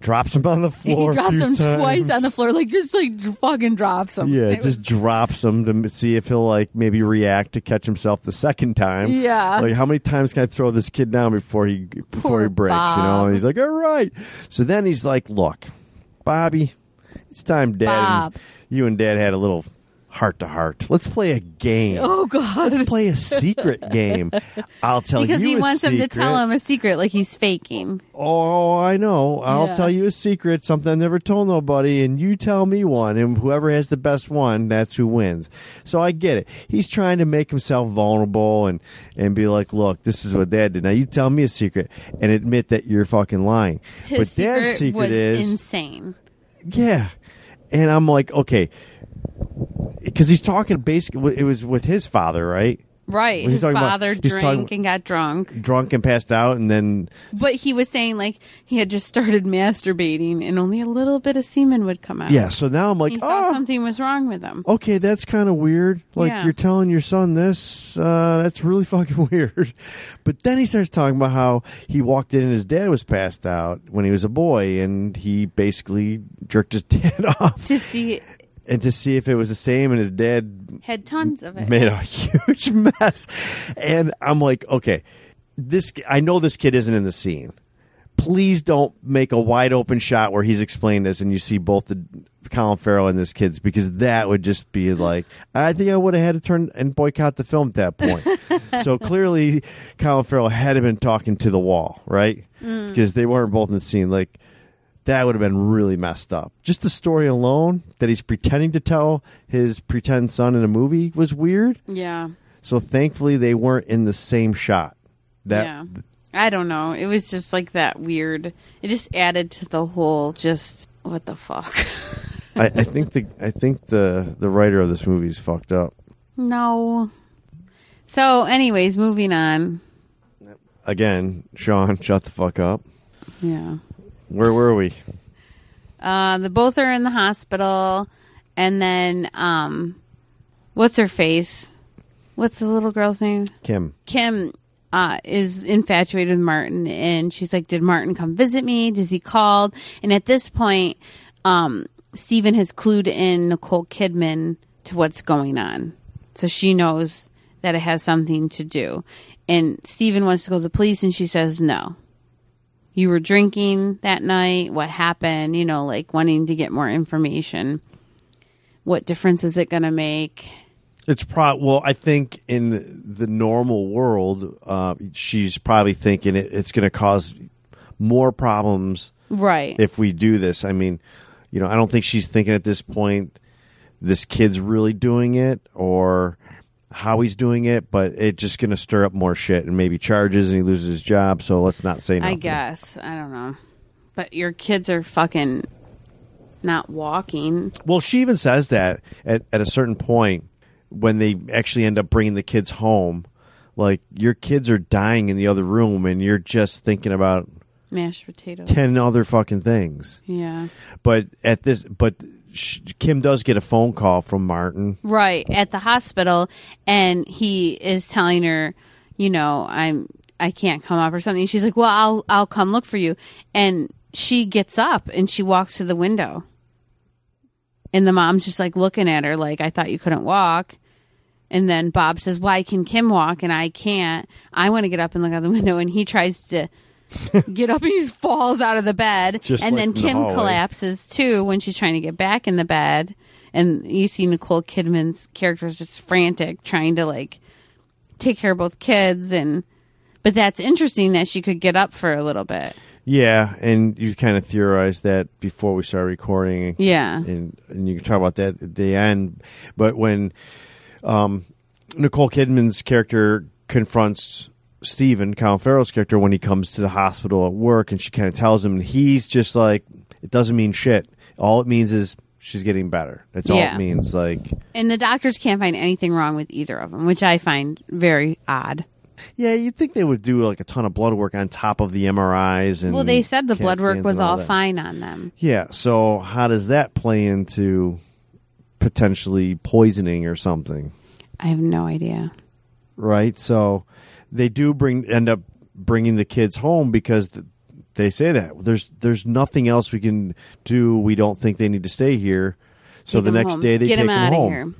S2: drops him on the floor.
S3: he
S2: a
S3: drops
S2: few
S3: him twice on the
S2: times.
S3: floor, like just like fucking drops him.
S2: Yeah,
S3: It
S2: just drops him to m- see if he'll like maybe react to catch himself the second time.
S3: Yeah.
S2: like how many times can I throw this kid down before he before
S3: Poor
S2: he breaks? You know,
S3: Bob.
S2: and he's like, "All right." So then he's like, "Look, Bobby, it's time, Dad.
S3: Bob.
S2: And you and Dad had a little heart to heart. Let's play a game.
S3: was- oh god,
S2: Let's play a secret game. I'll tell
S3: because
S2: you
S3: he
S2: a
S3: wants him to
S2: secret.
S3: tell him a secret, like he's faking.
S2: Oh, I know. I'll
S3: Yeah.
S2: tell you a secret, something I never told nobody, and you tell me one, and whoever has the best one, that's who wins. So I get it. He's trying to make himself vulnerable and and be like, look, this is what Dad did. Now you tell me a secret and admit that you're fucking lying.
S3: His
S2: but
S3: secret,
S2: Dad's secret
S3: was
S2: is
S3: insane.
S2: yeah. And I'm like, okay, because he's talking basically. It was with his father, right?
S3: Right,
S2: Well, he's
S3: his
S2: talking about-
S3: father
S2: he's
S3: drank
S2: talking-
S3: and got drunk.
S2: Drunk and passed out, and then
S3: But he was saying like he had just started masturbating and only a little bit of semen would come out.
S2: yeah. So now I'm like,
S3: He thought
S2: oh,
S3: something was wrong with him.
S2: okay, that's kind of weird. Like
S3: Yeah.
S2: you're telling your son this. Uh, that's really fucking weird. But then he starts talking about how he walked in and his dad was passed out when he was a boy, and he basically jerked his dad off
S3: To see
S2: and to see if it was the same. And his dad
S3: had tons of it.
S2: made a huge mess. And I'm like, okay, this. I know this kid isn't in the scene. Please don't make a wide open shot where he's explaining this and you see both the Colin Farrell and this kid's because that would just be like I think I would have had to turn and boycott the film at that point. so clearly, Colin Farrell had been talking to the wall, right? Because they weren't both in the scene. Like that would have been really messed up. Just the story alone that he's pretending to tell his pretend son in a movie was weird.
S3: Yeah.
S2: So thankfully they weren't in the same shot. That
S3: yeah. I don't know. It was just like that weird. It just added to the whole just what the fuck.
S2: I, I think the I think the the writer of this movie is fucked up.
S3: no. So anyways, moving on.
S2: Again, Sean, shut the fuck up.
S3: Yeah.
S2: Where were we?
S3: Uh, the both are in the hospital, and then um, what's her face? What's the little girl's name?
S2: Kim.
S3: Kim uh, is infatuated with Martin, and she's like, "Did Martin come visit me? Does he called?" And at this point, um, Stephen has clued in Nicole Kidman to what's going on, so she knows that it has something to do. And Stephen wants to go to the police, and she says, "No, you were drinking that night. What happened? You know, like wanting to get more information. What difference is it going to make?"
S2: It's pro well, I think in the normal world, uh, she's probably thinking it, it's gonna cause more problems
S3: Right.
S2: if we do this. I mean, you know, I don't think she's thinking at this point this kid's really doing it or how he's doing it, but it's just going to stir up more shit and maybe charges and he loses his job. So let's not say
S3: I
S2: nothing.
S3: guess. I don't know. But your kids are fucking not walking.
S2: Well, she even says that at, at a certain point when they actually end up bringing the kids home, like your kids are dying in the other room and you're just thinking about
S3: Mashed potatoes.
S2: 10 other fucking things.
S3: Yeah.
S2: But at this, but sh Kim does get a phone call from Martin.
S3: Right. At the hospital and he is telling her, you know, I'm I can't come up or something. She's like, Well, I'll I'll come look for you and she gets up and she walks to the window. And the mom's just like looking at her like I thought you couldn't walk. And then Bob says, Why can Kim walk and I can't? I want to get up and look out the window and he tries to get up and he just falls out of the bed.
S2: Just
S3: and
S2: like
S3: then
S2: in the
S3: Kim
S2: hallway.
S3: collapses too when she's trying to get back in the bed. And you see Nicole Kidman's character is just frantic trying to like take care of both kids and but that's interesting that she could get up for a little bit.
S2: Yeah, and you kind of theorized that before we started recording.
S3: Yeah.
S2: and and you can talk about that at the end. But when um, Nicole Kidman's character confronts Stephen Colin Farrell's character when he comes to the hospital at work, and she kind of tells him, and he's just like, "It doesn't mean shit. All it means is she's getting better. That's all
S3: Yeah.
S2: it means." Like,
S3: And the doctors can't find anything wrong with either of them, which I find very odd.
S2: yeah, you'd think they would do like a ton of blood work on top of the MRIs. And
S3: Well, they said the
S2: CAT
S3: blood work
S2: scans
S3: was
S2: and all
S3: all
S2: that.
S3: fine on them.
S2: Yeah. So how does that play into potentially poisoning or something?
S3: I have no idea.
S2: Right. So they do bring end up bringing the kids home because th- they say that there's there's nothing else we can do. We don't think they need to stay here. So
S3: Take
S2: the
S3: them
S2: next
S3: home.
S2: day they
S3: get them
S2: take
S3: out
S2: them home,
S3: of here.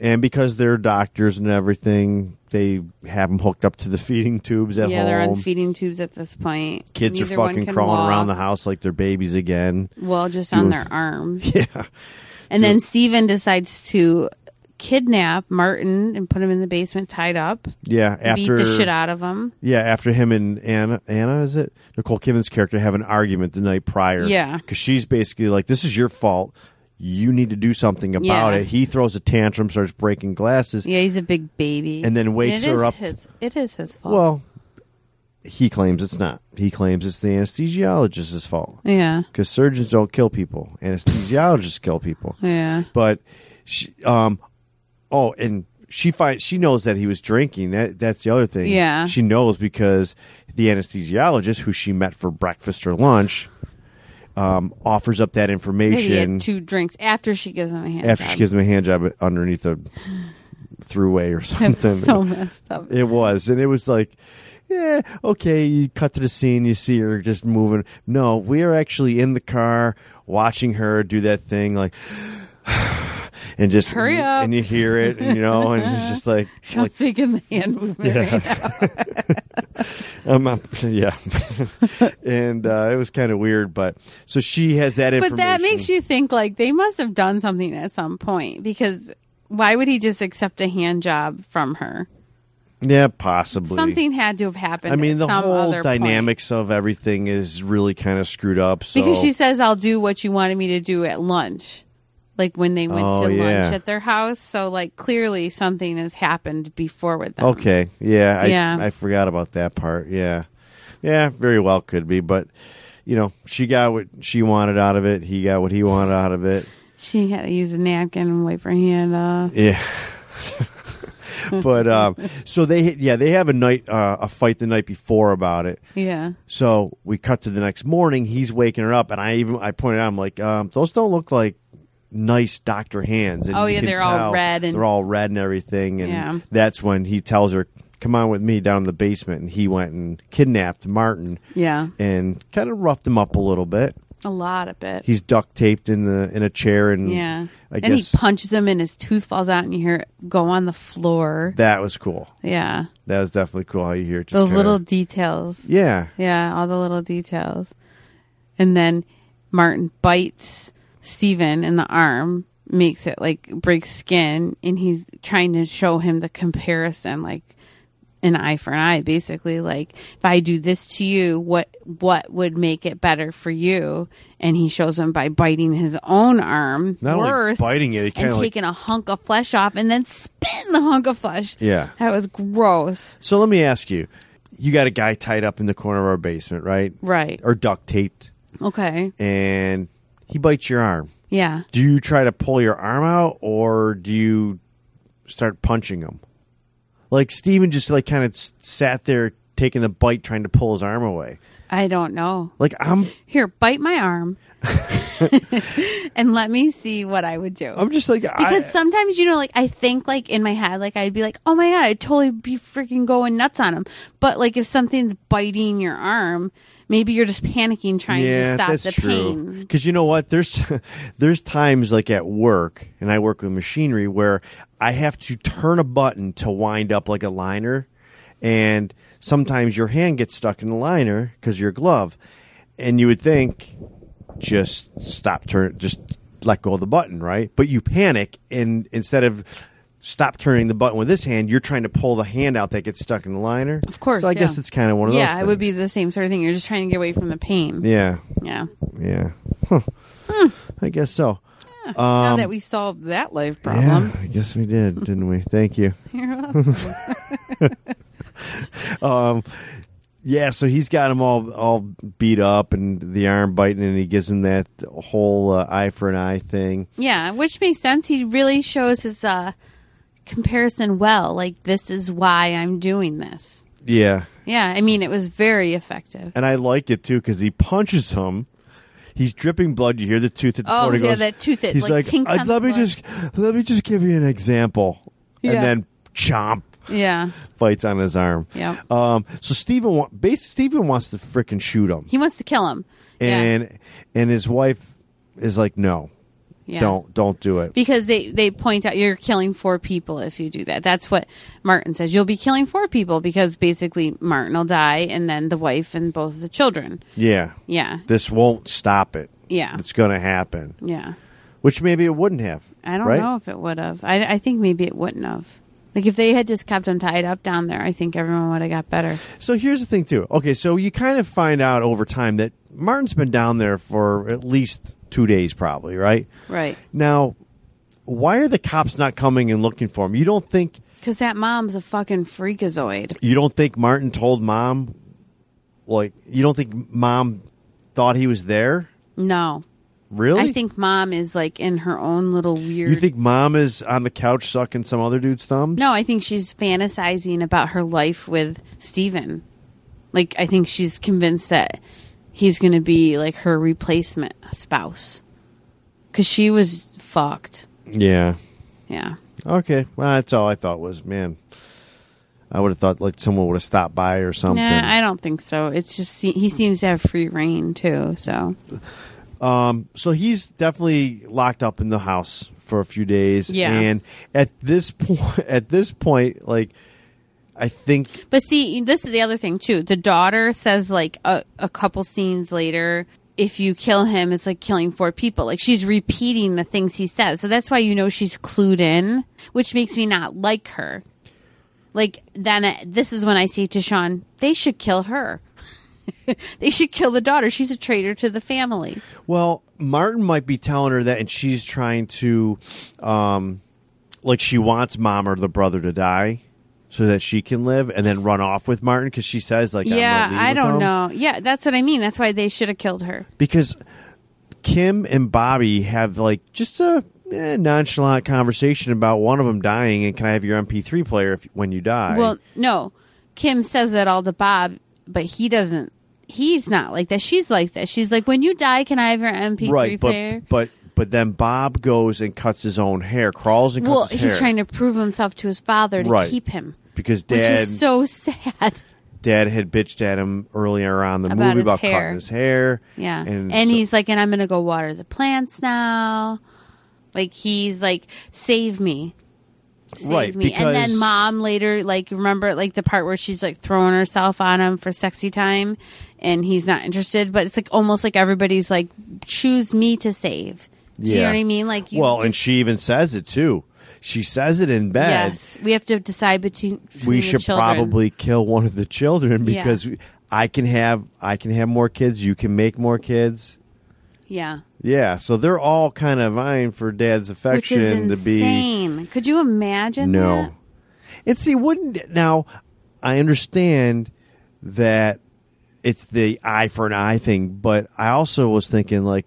S2: and because they're doctors and everything, they have them hooked up to the feeding tubes at
S3: yeah,
S2: home.
S3: they're on feeding tubes at this point.
S2: Kids
S3: Neither
S2: are
S3: one
S2: fucking
S3: can
S2: crawling around the
S3: walk.
S2: house like they're babies again.
S3: well, just on
S2: doing-
S3: their arms.
S2: Yeah.
S3: And then Steven decides to kidnap Martin and put him in the basement tied up,
S2: Yeah. After
S3: beat the shit out of him.
S2: Yeah, after him and Anna, Anna is it Nicole Kidman's character have an argument the night prior.
S3: Yeah.
S2: because she's basically like, "This is your fault. You need to do something about
S3: Yeah.
S2: it." He throws a tantrum, starts breaking glasses.
S3: Yeah, he's a big baby.
S2: And then wakes
S3: it
S2: her
S3: is
S2: up.
S3: His, it is his fault.
S2: Well, he claims it's not. He claims it's the anesthesiologist's fault
S3: yeah,
S2: because surgeons don't kill people. Anesthesiologists kill people.
S3: yeah.
S2: But she, um, oh, and she finds she knows that he was drinking. That that's the other thing.
S3: Yeah.
S2: she knows because the anesthesiologist who she met for breakfast or lunch, um, offers up
S3: Yeah,
S2: that
S3: He had
S2: information
S3: two drinks after she gives him a hand.
S2: after she
S3: job.
S2: gives him a hand job underneath a throughway or
S3: That's
S2: something.
S3: so messed up.
S2: It was, and it was like, yeah, okay. You cut to the scene, you see her just moving. No, we are actually in the car watching her do that thing, like, and just
S3: Hurry up.
S2: and you hear it, and you know, and it's just like,
S3: Sean's
S2: like
S3: making the hand movement right now.
S2: um, um, yeah, and uh, it was kind of weird, but so she has that information.
S3: But that makes you think like they must have done something at some point because why would he just accept a hand job from her?
S2: yeah, possibly
S3: Something had to have happened.
S2: I mean,
S3: at
S2: the
S3: some
S2: whole
S3: other point.
S2: dynamics of everything is really kind of screwed up. So
S3: because she says, "I'll do what you wanted me to do at lunch." Like when they went to
S2: Oh,
S3: lunch
S2: yeah.
S3: at their house, so like clearly something has happened before with them.
S2: Okay. Yeah. I,
S3: Yeah.
S2: I forgot about that part. Yeah. Yeah. Very well could be, but you know, she got what she wanted out of it. He got what he wanted out of it.
S3: she had to use a napkin and wipe her hand off.
S2: Yeah. but um, so they yeah they have a night uh, a fight the night before about it.
S3: Yeah,
S2: So we cut to the next morning. He's waking her up, and I even I pointed out I'm like um, those don't look like nice doctor hands. And
S3: Oh,
S2: you
S3: yeah,
S2: can
S3: they're all
S2: tell
S3: red and-
S2: they're all red and everything. And
S3: Yeah.
S2: that's when he tells her, "Come on with me down in the basement." And he went and kidnapped Martin
S3: yeah,
S2: and kind of roughed him up a little bit.
S3: a lot of it.
S2: He's duct taped in the in a chair, and
S3: yeah,
S2: I
S3: and
S2: guess
S3: he punches him, and his tooth falls out, and you hear it go on the floor.
S2: that was cool.
S3: Yeah.
S2: That was definitely cool. How you hear it? just
S3: Those
S2: kinda-
S3: little details. Yeah.
S2: yeah.
S3: all the little details. And then Martin bites Steven in the arm, makes it like breaks skin, and he's trying to show him the comparison, like an eye for an eye, basically. Like if I do this to you, what what would make it better for you? And he shows him by biting his own arm,
S2: Not only
S3: worse,
S2: biting it, he
S3: and
S2: kinda, like-
S3: taking a hunk of flesh off, and then spitting the hunk of flesh.
S2: Yeah.
S3: that was gross.
S2: So let me ask you: You got a guy tied up in the corner of our basement, right?
S3: Right.
S2: Or duct taped.
S3: Okay.
S2: and he bites your arm.
S3: Yeah.
S2: Do you try to pull your arm out or do you start punching him? Like Steven just like kind of s- sat there taking the bite trying to pull his arm away.
S3: I don't know.
S2: Like I'm
S3: Here, bite my arm and let me see what I would do.
S2: I'm just like
S3: because
S2: Um, I,
S3: sometimes, you know, like I think like in my head, like I'd be like, oh my God, I'd totally be freaking going nuts on him. But like if something's biting your arm, maybe you're just panicking trying to
S2: yeah,
S3: stop
S2: that's
S3: the
S2: true.
S3: pain.
S2: Because you know what? There's there's times like at work, and I work with machinery where I have to turn a button to wind up like a liner, and sometimes your hand gets stuck in the liner because your glove, and you would think just stop turn just let go of the button right but you panic and instead of stop turning the button with this hand you're trying to pull the hand out that gets stuck in the liner
S3: Of course,
S2: so i guess
S3: yeah.
S2: it's kind of one of those
S3: yeah, it would be
S2: things.
S3: the same sort of thing. You're just trying to get away from the pain.
S2: yeah
S3: Yeah.
S2: yeah Huh.
S3: Hmm.
S2: i guess so
S3: now that we solved that life
S2: Um, yeah
S3: problem,
S2: i guess we did didn't we thank you um yeah so he's got him all all beat up and the arm biting and he gives him that whole uh, eye for an eye thing
S3: Yeah, which makes sense. He really shows his uh, comparison well. Like, this is why I'm doing this.
S2: yeah
S3: Yeah, I mean, it was very effective.
S2: And I like it too because he punches him. He's dripping blood. You hear the tooth at the
S3: Oh,
S2: corner
S3: yeah,
S2: goes-
S3: that tooth that,
S2: he's
S3: like,
S2: like,
S3: tinks
S2: "Uh,
S3: on
S2: let
S3: the
S2: me
S3: blood."
S2: just let me just give you an example,
S3: Yeah.
S2: and then chomp
S3: Yeah,
S2: bites on his arm.
S3: Yeah.
S2: Um. So Stephen, wa- bas Stephen wants to frickin' shoot him,
S3: he wants to kill him.
S2: and and his wife is like, no,
S3: yeah, yeah.
S2: don't don't do it.
S3: because they they point out you're killing four people if you do that. That's what Martin says. You'll be killing four people because basically Martin will die, and then the wife and both the children.
S2: yeah.
S3: Yeah,
S2: This won't stop it.
S3: Yeah.
S2: It's gonna happen.
S3: yeah.
S2: Which maybe it wouldn't have.
S3: I don't
S2: right?
S3: know if it would have. I, I think maybe it wouldn't have. Like if they had just kept him tied up down there, I think everyone would have got better.
S2: So here's the thing, too. Okay, so you kind of find out over time that Martin's been down there for at least two days, probably, right?
S3: Right.
S2: Now, why are the cops not coming and looking for him? You don't think
S3: Because that mom's a fucking freakazoid.
S2: you don't think Martin told mom, like you don't think mom thought he was there?
S3: No.
S2: Really?
S3: I think mom is like in her own little weird.
S2: you think mom is on the couch sucking some other dude's thumbs?
S3: No, I think she's fantasizing about her life with Steven. Like, I think she's convinced that he's going to be like her replacement spouse. Because she was fucked.
S2: Yeah.
S3: Yeah.
S2: Okay. Well, that's all I thought was man. I would have thought like someone would have stopped by or something.
S3: Nah, I don't think so. It's just he seems to have free reign too. So
S2: so he's definitely locked up in the house for a few days.
S3: Yeah.
S2: And at this point, at this point, like I think,
S3: But see, this is the other thing too. The daughter says like a, a couple scenes later, if you kill him, it's like killing four people. Like she's repeating the things he says. So that's why you know she's clued in, which makes me not like her. Like then uh, this is when I say to Sean, they should kill her. they should kill the daughter. She's a traitor to the family.
S2: well, Martin might be telling her that, and she's trying to, um, like she wants mom or the brother to die. So that she can live and then run off with Martin because she says like I'm gonna
S3: yeah,
S2: leave
S3: I
S2: with
S3: don't
S2: him.
S3: know. Yeah, that's what I mean. That's why they should have killed her.
S2: because Kim and Bobby have like just a eh, nonchalant conversation about one of them dying and can I have your MP3 player if, when you die?
S3: Well, no. Kim says that all to Bob, but he doesn't. He's not like that. She's like that. She's like, when you die, can I have your MP3
S2: right, but
S3: player?
S2: but but then Bob goes and cuts his own hair, crawls and cuts
S3: well,
S2: his
S3: he's
S2: hair
S3: trying to prove himself to his father to
S2: Right.
S3: keep him,
S2: because
S3: which
S2: dad
S3: is so sad.
S2: dad had bitched at him earlier on in the
S3: About
S2: movie
S3: his
S2: about
S3: hair.
S2: cutting his hair.
S3: Yeah,
S2: and,
S3: and,
S2: so-
S3: he's like, and I'm gonna go water the plants now. Like he's like, save me. Save
S2: Right,
S3: me. And then
S2: because-
S3: mom later, like, remember, like, the part where she's, like, throwing herself on him for sexy time and he's not interested. But it's, like, almost like everybody's, like, choose me to save. Do you
S2: Yeah.
S3: know what I mean? Like, you
S2: well, and
S3: just-
S2: she even says it too. She says it in bed.
S3: Yes. We have to decide between, between
S2: we
S3: the
S2: should
S3: children.
S2: probably kill one of the children
S3: Yeah.
S2: because I can have I can have more kids. You can make more kids.
S3: Yeah.
S2: Yeah, so they're all kind of vying for dad's
S3: Which is
S2: affection to be
S3: insane. Could you imagine
S2: no.
S3: that?
S2: And see, wouldn't now? I understand that it's the eye for an eye thing, but I also was thinking like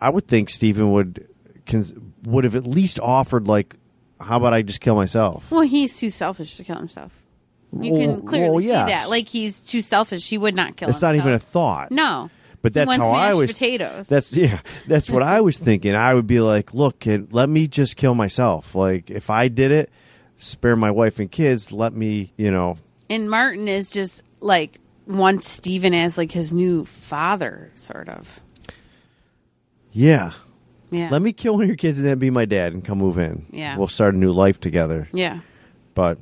S2: I would think Stephen would cons- would have at least offered like, how about I just kill myself?
S3: Well, he's too selfish to kill himself. You
S2: Well-
S3: can clearly
S2: well, yes.
S3: see that. Like he's too selfish. He would not kill
S2: It's not
S3: himself.
S2: even a thought.
S3: no.
S2: But that's
S3: he wants
S2: how
S3: mashed
S2: I was.
S3: potatoes.
S2: That's yeah. That's what I was thinking. I would be like, look, kid, let me just kill myself. Like if I did it, spare my wife and kids. Let me, you know.
S3: and Martin is just like wants Steven as like his new father, sort of.
S2: Yeah.
S3: Yeah.
S2: Let me kill one of your kids and then be my dad and come move in.
S3: Yeah.
S2: We'll start a new life together.
S3: Yeah.
S2: But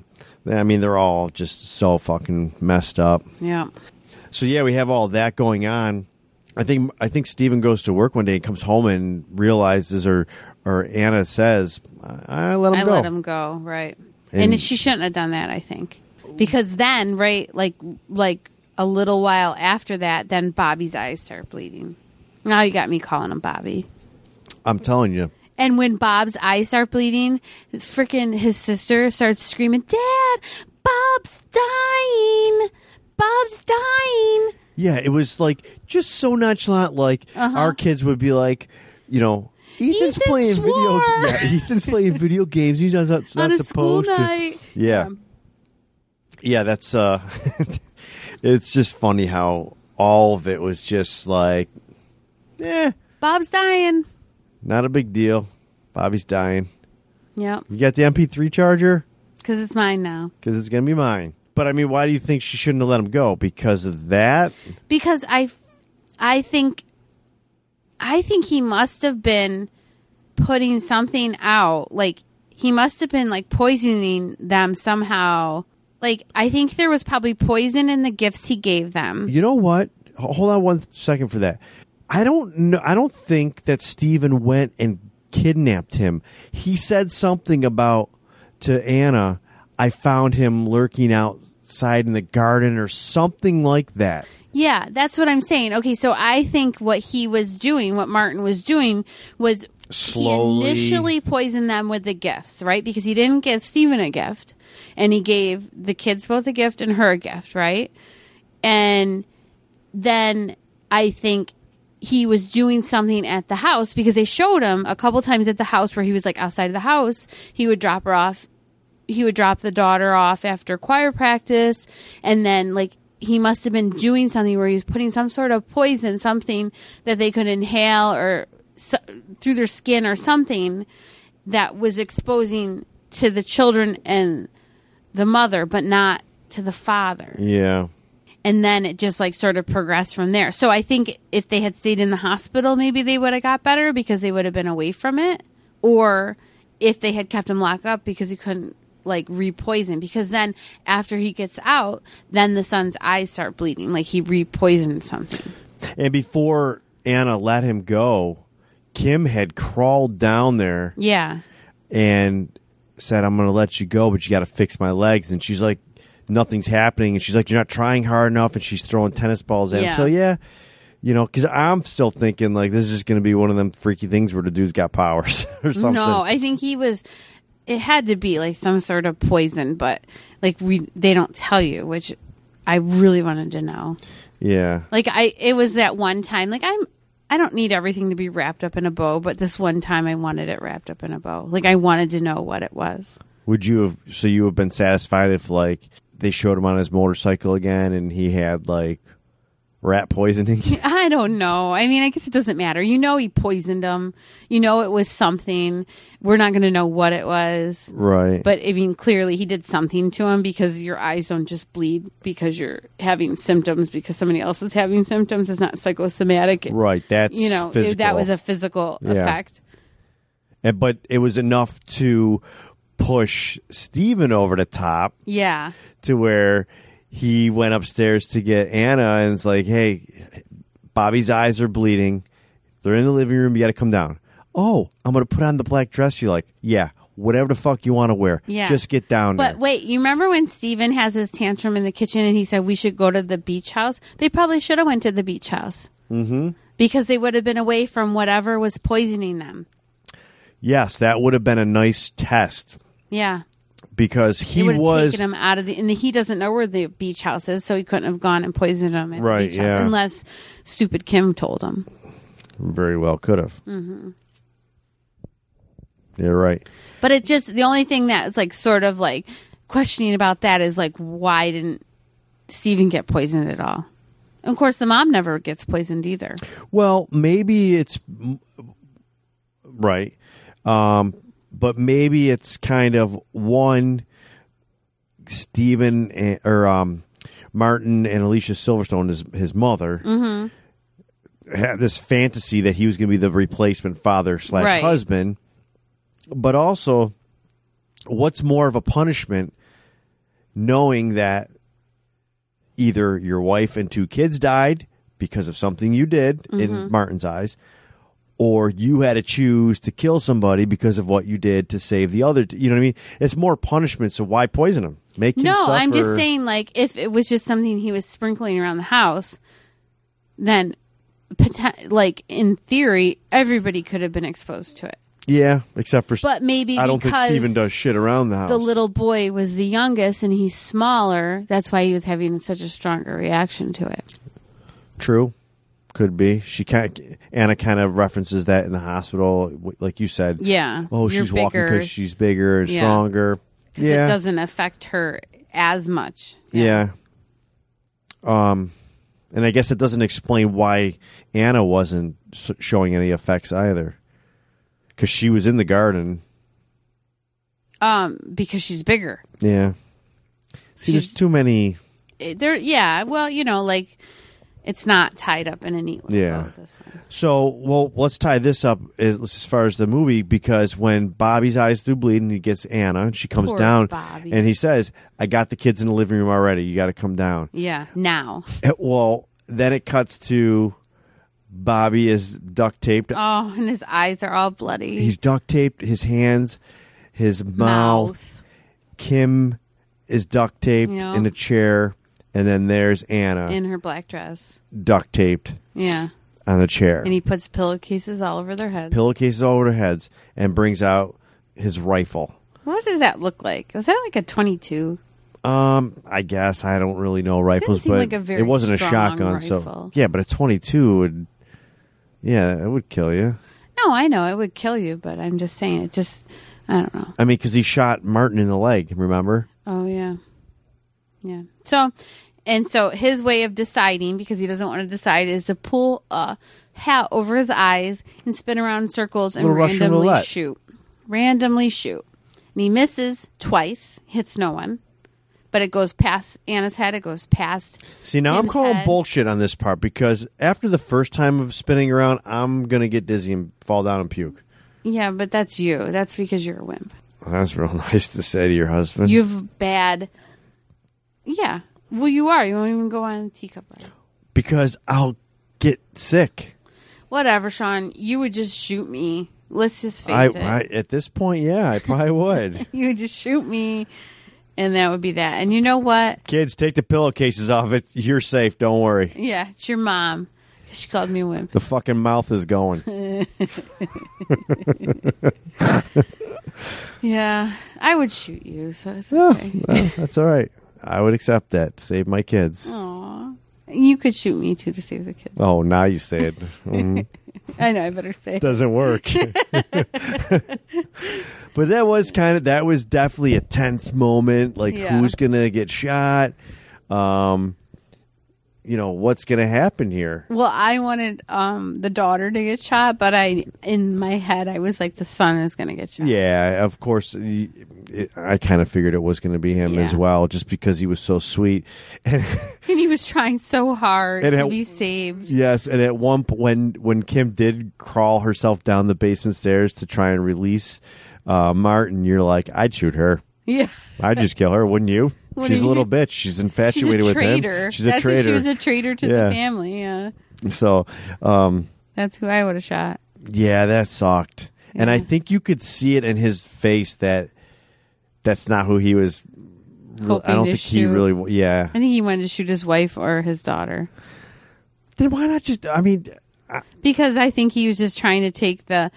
S2: I mean, they're all just so fucking messed up.
S3: Yeah.
S2: So yeah, we have all that going on. I think I think Steven goes to work one day and comes home and realizes, or or Anna says, "I I let him
S3: I
S2: go."
S3: let him go, right.
S2: And-
S3: and she shouldn't have done that, I think. Because then, right, like like a little while after that, then Bobby's eyes start bleeding. Now you got me calling him Bobby.
S2: I'm telling you,
S3: And when Bob's eyes start bleeding, freaking his sister starts screaming, Dad, Bob's dying. Bob's dying.
S2: yeah, it was like just so nonchalant. Like our kids would be like, you know.
S3: Uh-huh.
S2: Ethan's
S3: Ethan
S2: playing video.
S3: swore!
S2: Yeah, Ethan's playing video games. He's not, not
S3: On a school
S2: supposed to.
S3: night.
S2: Yeah. Yeah, that's uh it's just funny how all of it was just like eh,
S3: Bob's dying.
S2: not a big deal. Bobby's dying.
S3: Yep.
S2: You got the MP3 charger
S3: Because it's mine now.
S2: cuz it's going to be mine. But I mean, why do you think she shouldn't have let him go because of that?
S3: because I, I think, I think he must have been putting something out. Like he must have been like poisoning them somehow. Like I think there was probably poison in the gifts he gave them.
S2: You know what? H- Hold on one second for that. I don't know I don't think that Steven went and kidnapped him. He said something about to Anna, I found him lurking outside in the garden or something like that.
S3: Yeah, that's what I'm saying. Okay, so I think what he was doing, what Martin was doing, was
S2: Slowly.
S3: he initially poisoned them with the gifts, right? Because he didn't give Stephen a gift, and he gave the kids both a gift and her a gift, right? And then I think he was doing something at the house because they showed him a couple times at the house where he was like outside of the house. He would drop her off. He would drop the daughter off after choir practice. And then, like, he must have been doing something where he was putting some sort of poison, something that they could inhale or so, through their skin or something that was exposing to the children and the mother, but not to the father
S2: Yeah.
S3: and then it just like sort of progressed from there. So I think if they had stayed in the hospital, maybe they would have got better because they would have been away from it, or if they had kept him locked up because he couldn't like repoison. Because then after he gets out, then the son's eyes start bleeding, like he repoisoned something.
S2: And before Anna let him go, Kim had crawled down there
S3: Yeah,
S2: and said, I'm going to let you go, but you got to fix my legs. And she's like, nothing's happening. And she's like, you're not trying hard enough. And she's throwing tennis balls at him.
S3: Yeah.
S2: So, yeah, you know, because I'm still thinking, like, this is just going to be one of them freaky things where the dude's got powers or something.
S3: no, I think he was. It had to be like some sort of poison, but like we they don't tell you, which I really wanted to know.
S2: yeah.
S3: Like I, it was that one time. Like I'm, I don't need everything to be wrapped up in a bow, but this one time I wanted it wrapped up in a bow. Like I wanted to know what it was.
S2: Would you have, so you have been satisfied if, like, they showed him on his motorcycle again and he had, like, rat poisoning?
S3: I don't know. I mean, I guess it doesn't matter. You know, he poisoned him. You know, it was something. We're not going to know what it was,
S2: right.
S3: but I mean, clearly he did something to him because your eyes don't just bleed because you're having symptoms because somebody else is having symptoms. It's not psychosomatic.
S2: Right, that's
S3: You know,
S2: physical.
S3: that was a physical
S2: Yeah.
S3: effect.
S2: And- but it was enough to push Steven over the top
S3: Yeah.
S2: to where he went upstairs to get Anna and it's like, hey, Bobby's eyes are bleeding. They're in the living room. You got to come down. Oh, I'm going to put on the black dress. You're like, yeah, whatever the fuck you want to wear.
S3: Yeah.
S2: Just get down
S3: But
S2: there.
S3: wait, you remember when Steven has his tantrum in the kitchen and he said we should go to the beach house? They probably should have went to the beach house. Mm-hmm. Because they would have been away from whatever was poisoning them.
S2: Yes, that would have been a nice test
S3: Yeah.
S2: because
S3: They
S2: he
S3: would have
S2: was.
S3: taken him out of the and he doesn't know where the beach house is, so he couldn't have gone and poisoned him at
S2: Right,
S3: the beach
S2: yeah.
S3: house unless stupid Kim told him.
S2: very well could have. Mm-hmm. You're right.
S3: But it just the only thing that is like sort of like questioning about that is like why didn't Steven get poisoned at all? Of course the mom never gets poisoned either.
S2: Well, maybe it's right, um, but maybe it's kind of one Stephen and- or um, Martin and Alicia Silverstone, his his mother, had this fantasy that he was going to be the replacement father slash
S3: Right.
S2: husband, but also, what's more of a punishment knowing that either your wife and two kids died because of something you did
S3: Mm-hmm.
S2: in Martin's eyes or you had to choose to kill somebody because of what you did to save the other you know what I mean it's more punishment so why poison him make him
S3: No, I'm just
S2: suffer.
S3: saying, like, if it was just something he was sprinkling around the house, then, poten- like, in theory, everybody could have been exposed to it.
S2: yeah except for
S3: But maybe
S2: I don't think
S3: because
S2: Steven does shit around the house
S3: the little boy was the youngest and he's smaller, that's why he was having such a stronger reaction to it.
S2: True, could be. She kind of, Anna kind of references that in the hospital, w- like you said.
S3: Yeah.
S2: Oh,
S3: You're
S2: she's walking
S3: bigger.
S2: because she's bigger and
S3: Yeah.
S2: stronger.
S3: 'Cause
S2: yeah,
S3: it doesn't affect her as much.
S2: yeah. Um, and I guess it doesn't explain why Anna wasn't s- showing any effects either, because she was in the garden.
S3: Um, because she's bigger.
S2: Yeah. See, there's
S3: She's-
S2: too many.
S3: It- There, yeah. Well, you know, like it's not tied up in a neat little
S2: Yeah.
S3: bow at this one.
S2: So, well, let's tie this up as, as far as the movie because when Bobby's eyes do bleed and he gets Anna and she comes
S3: Poor
S2: down
S3: Bobby.
S2: and he says, "I got the kids in the living room already. You got to come down."
S3: Yeah. Now.
S2: Eh, Well, then it cuts to Bobby is duct taped.
S3: Oh, and his eyes are all bloody.
S2: He's duct taped his hands, his mouth. Kim is duct taped
S3: Yeah.
S2: in a chair, and then there's Anna
S3: in her black dress.
S2: duct taped
S3: Yeah.
S2: on the chair.
S3: And he puts pillowcases all over their heads.
S2: pillowcases over their heads and brings out his rifle.
S3: what does that look like? Was that like a 22?
S2: Um, I guess I don't really know rifles,
S3: seem
S2: but
S3: like a very
S2: it wasn't a
S3: strong
S2: shotgun. So
S3: rifle.
S2: yeah, but a twenty-two would, yeah, it would kill you.
S3: No, I know it would kill you, but I'm just saying it just I don't know.
S2: I mean, because he shot Martin in the leg. Remember?
S3: Oh yeah. Yeah. So and so his way of deciding because he doesn't want to decide is to pull a hat over his eyes and spin around in circles and
S2: Little Russian
S3: randomly
S2: roulette.
S3: shoot. Randomly shoot. And he misses twice, hits no one. But it goes past Anna's head, it goes past
S2: See, now I'm
S3: Kim's
S2: calling
S3: head.
S2: bullshit on this part because after the first time of spinning around, I'm gonna get dizzy and fall down and puke.
S3: Yeah, but that's you. That's because you're a wimp.
S2: That's real nice to say to your husband.
S3: You have bad. Yeah. Well, you are. You won't even go on a teacup ride.
S2: because I'll get sick.
S3: Whatever, Sean. You would just shoot me. Let's just face
S2: I,
S3: it.
S2: I at this point, yeah, I probably would.
S3: You would just shoot me, and that would be that. And you know what?
S2: Kids, take the pillowcases off. It you're safe. Don't worry.
S3: Yeah, it's your mom. She called me a wimp.
S2: The fucking mouth is going.
S3: Yeah, I would shoot you, so it's
S2: Oh,
S3: okay.
S2: well, that's all right. I would accept that. Save my
S3: Oh.
S2: kids.
S3: Aw. You could shoot me too to save the kid.
S2: Oh, now you say it. Mhm.
S3: I know. I better say.
S2: Doesn't work. but that was kind of that was definitely a tense moment. Like
S3: Yeah.
S2: who's gonna get shot? Um, you know what's gonna happen here?
S3: Well, I wanted um the daughter to get shot, but I in my head I was like the son is going to get shot.
S2: Yeah, of course. y- it- I kind of figured it was going to be him as
S3: Yeah.
S2: well, just because he was so sweet. And
S3: And he was trying so hard
S2: And
S3: to
S2: it-
S3: be saved.
S2: Yes, and at one p- when when Kim did crawl herself down the basement stairs to try and release uh, Martin, you're like, I'd shoot her.
S3: Yeah.
S2: I'd just kill her, wouldn't you?
S3: Wouldn't
S2: She's a
S3: you?
S2: little bitch. She's
S3: She's a
S2: infatuated with
S3: traitor.
S2: him. She's a
S3: That's who
S2: traitor.
S3: she was a traitor to
S2: Yeah.
S3: the family. Yeah.
S2: so, um,
S3: That's who I would have shot.
S2: yeah, that sucked. And I think you could see it in his face that that's not who he was. re-
S3: Hoping
S2: I don't
S3: to
S2: think he
S3: shoot.
S2: really. w- Yeah.
S3: I think he wanted to shoot his wife or his daughter.
S2: Then why not just? I mean,
S3: Because I think he was just trying to take the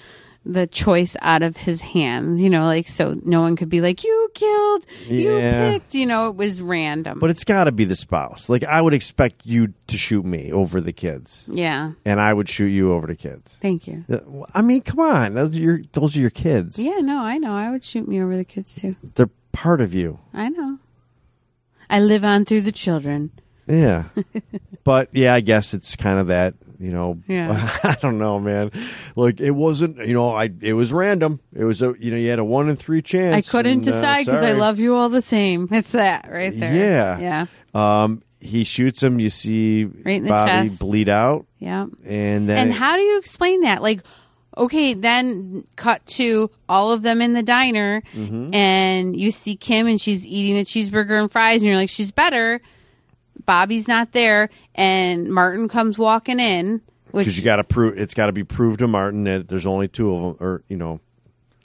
S3: the choice out of his hands, you know, like so no one could be like, You killed, you
S2: Yeah.
S3: picked, you know, it was random.
S2: but it's got to be the spouse. Like I would expect you to shoot me over the kids.
S3: yeah.
S2: and I would shoot you over the kids.
S3: Thank you.
S2: Uh, I mean, come on, those are your those are your kids.
S3: Yeah, no, I know. I would shoot me over the kids too.
S2: They're part of you.
S3: I know. I live on through the children.
S2: Yeah, but yeah, I guess it's kind of that. You know,
S3: Yeah.
S2: I don't know, man. Like it wasn't. You know, I it was random. It was a you know you had a one in three chance.
S3: I couldn't
S2: and, uh,
S3: decide because I
S2: sorry.
S3: love you all the same. It's that right there.
S2: Yeah.
S3: Yeah.
S2: Um, he shoots him. You see
S3: in the
S2: Bobby
S3: chest.
S2: bleed out,
S3: Yeah.
S2: and then
S3: And
S2: it-
S3: how do you explain that? Like, okay, then cut to all of them in the diner,
S2: Mm-hmm.
S3: and you see Kim, and she's eating a cheeseburger and fries, and you're like, she's better. Bobby's not there, and Martin comes walking in.
S2: because
S3: Which,
S2: you got to prove it's got to be proved to Martin that there's only two of them, or you know,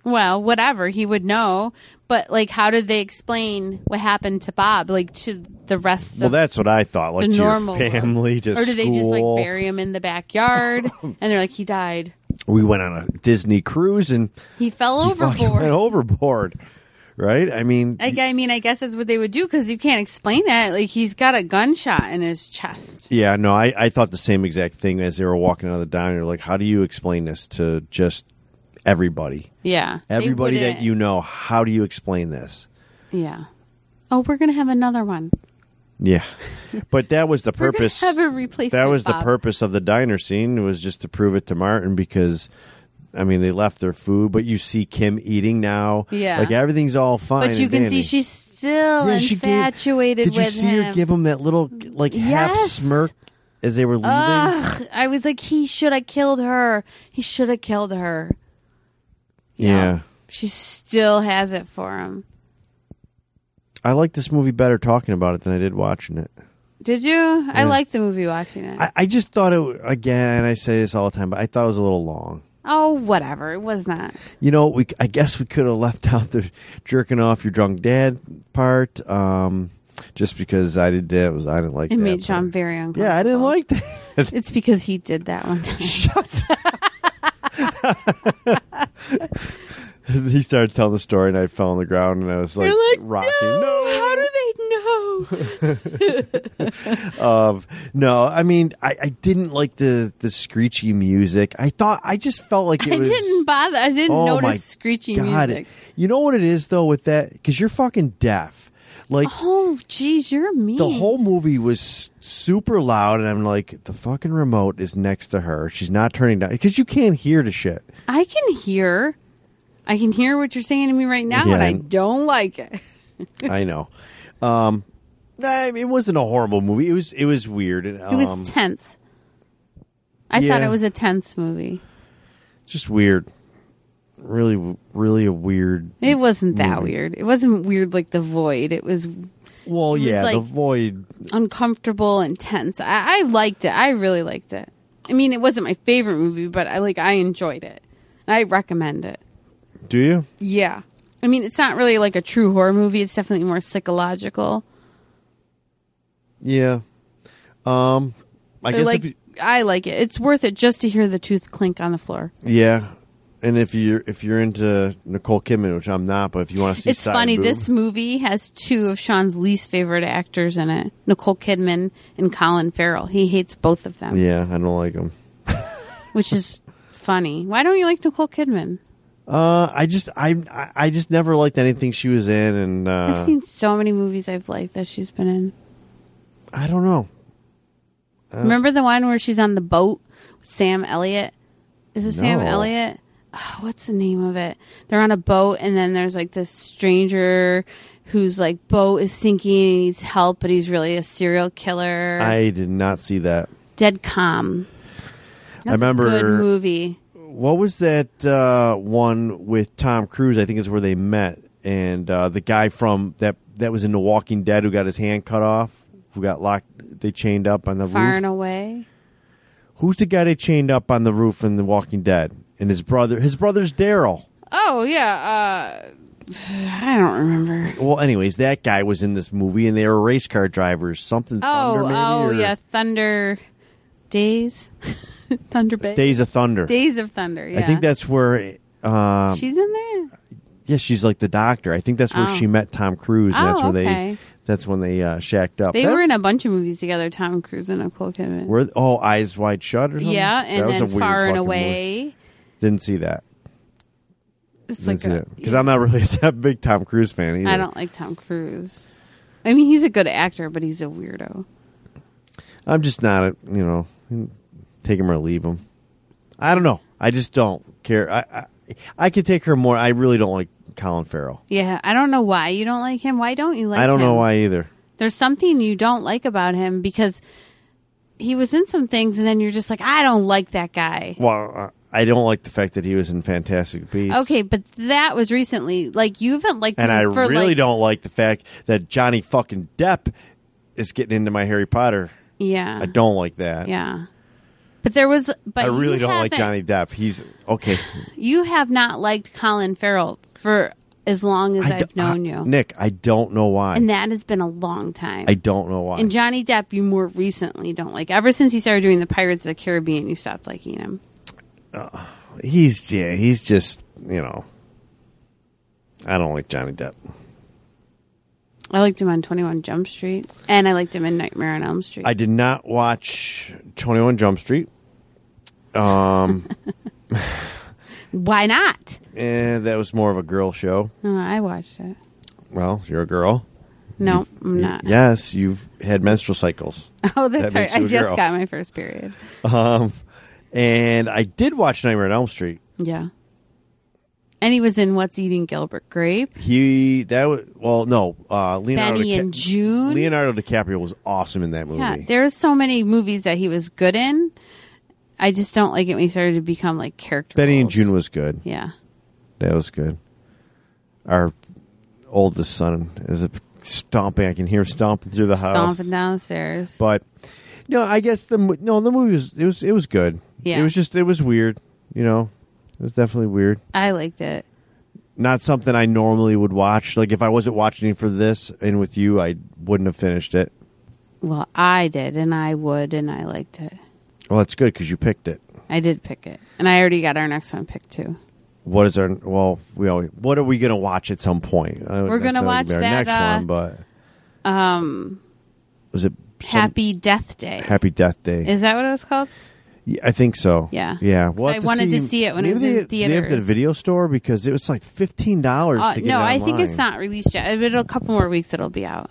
S3: well, whatever, he would know. But, like, how did they explain what happened to Bob, like, to the rest
S2: well,
S3: of
S2: that's what I thought. Like
S3: the
S2: to your
S3: normal one.
S2: family, to
S3: Or do they just, like,
S2: school.
S3: bury him in the backyard? and they're like, he died.
S2: we went on a Disney cruise and
S3: He fell
S2: fucking
S3: overboard.
S2: went overboard, right? I mean,
S3: I, I mean, I guess that's what they would do because you can't explain that. Like he's got a gunshot in his chest.
S2: yeah, no, I, I thought the same exact thing as they were walking out of the diner. Like, how do you explain this to just everybody,
S3: Yeah, They
S2: everybody that
S3: wouldn't-
S2: you know? How do you explain this?
S3: Yeah. Oh, we're gonna have another one.
S2: Yeah, but that was the
S3: We're
S2: purpose.
S3: gonna have a replacement.
S2: that was
S3: Bob.
S2: the purpose of the diner scene was just to prove it to Martin because I mean they left their food, but you see Kim eating now.
S3: Yeah.
S2: like everything's all fine.
S3: But you
S2: and
S3: can
S2: dandy.
S3: see she's still
S2: Yeah, she gave-
S3: infatuated
S2: Did you
S3: with
S2: see
S3: him.
S2: her give him that little like half
S3: Yes.
S2: smirk as they were leaving?
S3: Ugh, I was like, he should have killed her. He should have killed her.
S2: yeah.
S3: She still has it for him.
S2: I like this movie better talking about it than I did watching it.
S3: Did you? I liked the movie watching it.
S2: I, I just thought it again, and I say this all the time, but I thought it was a little long.
S3: oh, whatever. It was not.
S2: You know, we I guess we could have left out the jerking off your drunk dad part, um, just because I did that was I didn't like
S3: It
S2: that.
S3: made
S2: part.
S3: John very uncomfortable.
S2: Yeah, I didn't like that.
S3: It's because he did that one time.
S2: he started telling the story, and I fell on the ground, and I was like,
S3: You're like,
S2: rocking.
S3: no,
S2: No,
S3: how do they know?
S2: Um, no. I mean, I, I didn't like the the screechy music. I thought I just felt like it
S3: I
S2: was.
S3: didn't bother. I didn't
S2: oh my
S3: notice screeching
S2: God.
S3: music.
S2: You know what it is though with that because you're fucking deaf. Like
S3: Oh, geez, you're mean.
S2: the whole movie was s- super loud, and I'm like, the fucking remote is next to her. She's not turning down because you can't hear the shit.
S3: I can hear. I can hear what you're saying to me right now,
S2: Yeah,
S3: and I
S2: I'm-
S3: don't like it.
S2: I know. Um, I mean, it wasn't a horrible movie. It was it was weird. and,
S3: It was
S2: um,
S3: tense. I thought
S2: yeah.
S3: it was a tense movie.
S2: just weird. Really, really a weird.
S3: It wasn't that weird. It wasn't weird like The Void. It was
S2: Well,
S3: was
S2: yeah, the
S3: like-
S2: void.
S3: uncomfortable and tense. I, I liked it. I really liked it. I mean, it wasn't my favorite movie, but I like I enjoyed it. I recommend it.
S2: Do you?
S3: Yeah. I mean, it's not really like a true horror movie. It's definitely more psychological.
S2: Yeah. Um, I
S3: But
S2: guess.
S3: like,
S2: if you,
S3: I like it. It's worth it just to hear the tooth clink on the floor.
S2: yeah, and if you're if you're into Nicole Kidman, which I'm not, but if you want to see,
S3: it's
S2: side
S3: funny.
S2: boob-
S3: This movie has two of Sean's least favorite actors in it Nicole Kidman and Colin Farrell. He hates both of them,
S2: Yeah, I don't like him.
S3: which is funny. Why don't you like Nicole Kidman?
S2: Uh, I just I I- I just never liked anything she was in, and uh,
S3: I've seen so many movies I've liked that she's been in.
S2: I don't know. Oh.
S3: Remember the one where she's on the boat with Sam Elliott? Is it Sam
S2: No.
S3: Elliott? Oh, what's the name of it? They're on a boat, and then there's like this stranger whose like boat is sinking and he needs help, but he's really a serial killer.
S2: I did not see that.
S3: Dead Calm. That's
S2: remember-
S3: a good movie.
S2: What was that uh, one with Tom Cruise? I think is where they met, and uh, the guy from that that was in The Walking Dead who got his hand cut off, who got locked, they chained up on the
S3: Far
S2: roof.
S3: and away.
S2: Who's the guy they chained up on the roof in The Walking Dead? And his brother, his brother's Daryl.
S3: Oh yeah. Uh, I don't remember.
S2: Well, anyways, that guy was in this movie, and they were race car drivers. Something. Thunder
S3: Oh
S2: maybe,
S3: oh
S2: or-
S3: yeah. Thunder days. Thunder Bay.
S2: Days of Thunder.
S3: Days of Thunder. Yeah.
S2: I think that's where. Uh,
S3: she's in there.
S2: yeah, she's like the doctor. I think that's where
S3: Oh.
S2: she met Tom Cruise. and
S3: Oh,
S2: that's when
S3: okay.
S2: they. That's when they uh, shacked up.
S3: They
S2: That-
S3: were in a bunch of movies together, Tom Cruise and Nicole Kidman.
S2: Were oh eyes wide shut or something?
S3: yeah,
S2: That
S3: and
S2: was a
S3: then
S2: weird
S3: Far and
S2: fucking movie.
S3: Away.
S2: Didn't see that.
S3: It's
S2: Didn't
S3: like
S2: see
S3: a,
S2: that because I'm not really that big Tom Cruise fan either.
S3: I don't like Tom Cruise. I mean, he's a good actor, but he's a weirdo.
S2: I'm just not a you know take him or leave him. I don't know. I just don't care. I I, I could take her more. I really don't like Colin Farrell.
S3: Yeah, I don't know why you don't like him. Why don't you like?
S2: I don't know
S3: him?
S2: why either.
S3: There's something you don't like about him because he was in some things, and then you're just like, I don't like that guy.
S2: Well, I don't like the fact that he was in Fantastic Beasts.
S3: Okay, but that was recently. Like you haven't liked
S2: and
S3: him
S2: I
S3: for
S2: really
S3: like,
S2: don't like the fact that Johnny fucking Depp is getting into my Harry Potter.
S3: Yeah.
S2: I don't like that.
S3: Yeah. But there was but
S2: I really
S3: you
S2: don't like
S3: haven't-
S2: Johnny Depp. He's okay.
S3: You have not liked Colin Farrell for as long as
S2: I d- uh,
S3: I've known
S2: I-
S3: you.
S2: Nick. I don't know why.
S3: and that has been a long time.
S2: I don't know why.
S3: and Johnny Depp you more recently don't like. Ever since he started doing the Pirates of the Caribbean, you stopped liking him.
S2: he's yeah. He's just you know. I don't like Johnny Depp.
S3: I liked him on 21 Jump Street and I liked him in Nightmare on Elm Street.
S2: I did not watch Twenty One Jump Street.
S3: Why not?
S2: Eh, that was more of a girl show.
S3: Oh, I watched it.
S2: Well, you're a girl.
S3: No, I'm not.
S2: Yes, you've had menstrual cycles.
S3: Oh, that's
S2: That
S3: right.
S2: makes
S3: I
S2: you a
S3: just
S2: girl.
S3: got my first period.
S2: Um, and I did watch Nightmare on Elm Street.
S3: Yeah. And he was in What's Eating Gilbert Grape.
S2: He that was well, no, uh, Leonardo
S3: Benny
S2: DiCa-
S3: and June.
S2: Leonardo DiCaprio was awesome in that movie.
S3: Yeah, there's so many movies that he was good in. I just don't like it when he started to become like character.
S2: Benny and
S3: roles.
S2: June was good.
S3: Yeah,
S2: That was good. Our oldest son is a stomping. I can hear him stomping through the house.
S3: stomping down the stairs.
S2: But no, I guess the mo- no the movie was it was it was good.
S3: Yeah.
S2: it was just it was weird. You know, it was definitely weird.
S3: I liked it.
S2: Not something I normally would watch. Like if I wasn't watching for this and with you, I wouldn't have finished it.
S3: Well, I did, and I would, and I liked it.
S2: Well, that's good because you picked it.
S3: I did pick it, and I already got our next one picked too.
S2: What is our well? We always what are we gonna watch at some point? I don't
S3: We're gonna
S2: necessarily
S3: watch
S2: be our
S3: that,
S2: next
S3: uh, um,
S2: one, but um, was it some-
S3: Happy Death Day.
S2: Happy Death Day?
S3: Is that what it was called?
S2: Yeah, I think so.
S3: Yeah.
S2: yeah.
S3: 'Cause
S2: We'll
S3: I
S2: have
S3: wanted to see it when it
S2: maybe
S3: was in
S2: they, they have it at
S3: theaters.
S2: a video store because it was like fifteen dollars
S3: Uh,
S2: to get
S3: no,
S2: it
S3: I think it's
S2: online.
S3: not released yet. It'll a couple more weeks. It'll be out.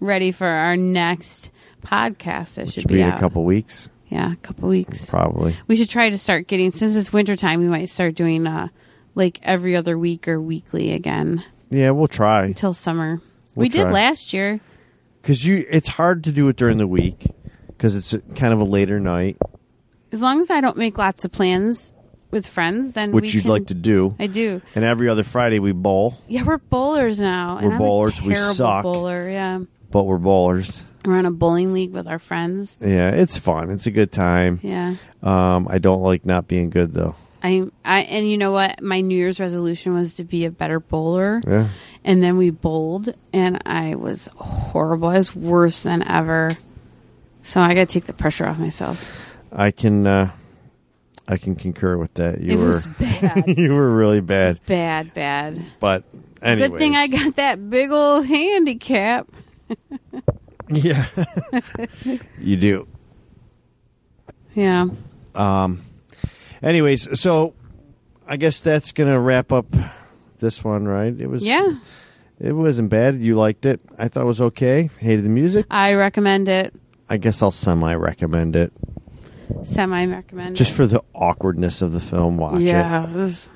S3: Ready for our next podcast. It should
S2: Should be in
S3: out.
S2: a couple weeks,
S3: Yeah, a couple weeks.
S2: probably.
S3: We should try to start getting since it's wintertime, we might start doing uh like every other week or weekly again
S2: Yeah, we'll try
S3: till summer.
S2: We'll
S3: we did
S2: try.
S3: last year.
S2: because you. It's hard to do it during the week because it's a- kind of a later night,
S3: As long as I don't make lots of plans with friends, then
S2: which
S3: we
S2: you'd
S3: can-
S2: like to do.
S3: I do.
S2: and every other Friday we bowl,
S3: Yeah, we're bowlers now. and
S2: We're
S3: I'm a
S2: bowlers. We
S3: terrible
S2: suck.
S3: Bowler, yeah.
S2: but we're bowlers.
S3: We're on a bowling league with our friends.
S2: Yeah, it's fun. It's a good time.
S3: Yeah.
S2: Um, I don't like not being good though.
S3: I I and you know what? My New Year's resolution was to be a better bowler.
S2: Yeah.
S3: And then we bowled and I was horrible. I was worse than ever. So I gotta take the pressure off myself.
S2: I can uh I can concur with that. You
S3: it
S2: were
S3: was bad.
S2: you were really bad.
S3: bad, bad.
S2: But anyways.
S3: Good thing I got that big old handicap.
S2: Yeah. you do. Um,
S3: Yeah.
S2: Anyways, so I guess that's gonna wrap up this one, right? It was
S3: Yeah.
S2: It wasn't bad. You liked it. I thought it was okay. Hated the music.
S3: I recommend it.
S2: I guess I'll semi recommend it.
S3: Semi recommend
S2: Just
S3: it.
S2: for the awkwardness of the film, watch it.
S3: yeah, it was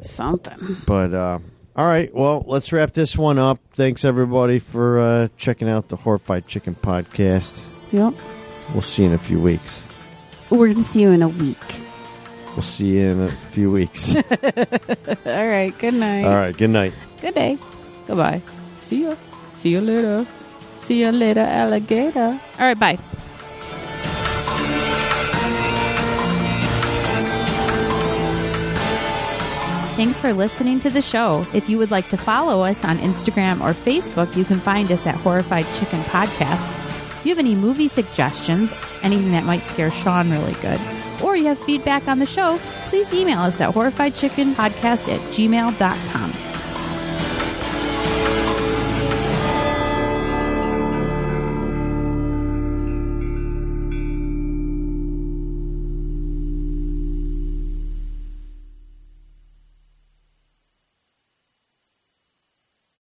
S3: something.
S2: But uh, all right, well, let's wrap this one up. Thanks everybody for uh, checking out the Horrified Chicken podcast.
S3: Yep.
S2: We'll see you in a few weeks.
S3: We're gonna see you in a week.
S2: We'll see you in a few weeks. all
S3: All right, good night.
S2: right, good night.
S3: Good day. Goodbye. See ya. See you later. See you later, alligator. All right, bye.
S1: Thanks for listening to the show. If you would like to follow us on Instagram or Facebook, you can find us at Horrified Chicken Podcast. If you have any movie suggestions, anything that might scare Sean really good, or you have feedback on the show, please email us at horrifiedchickenpodcast at gmail.com.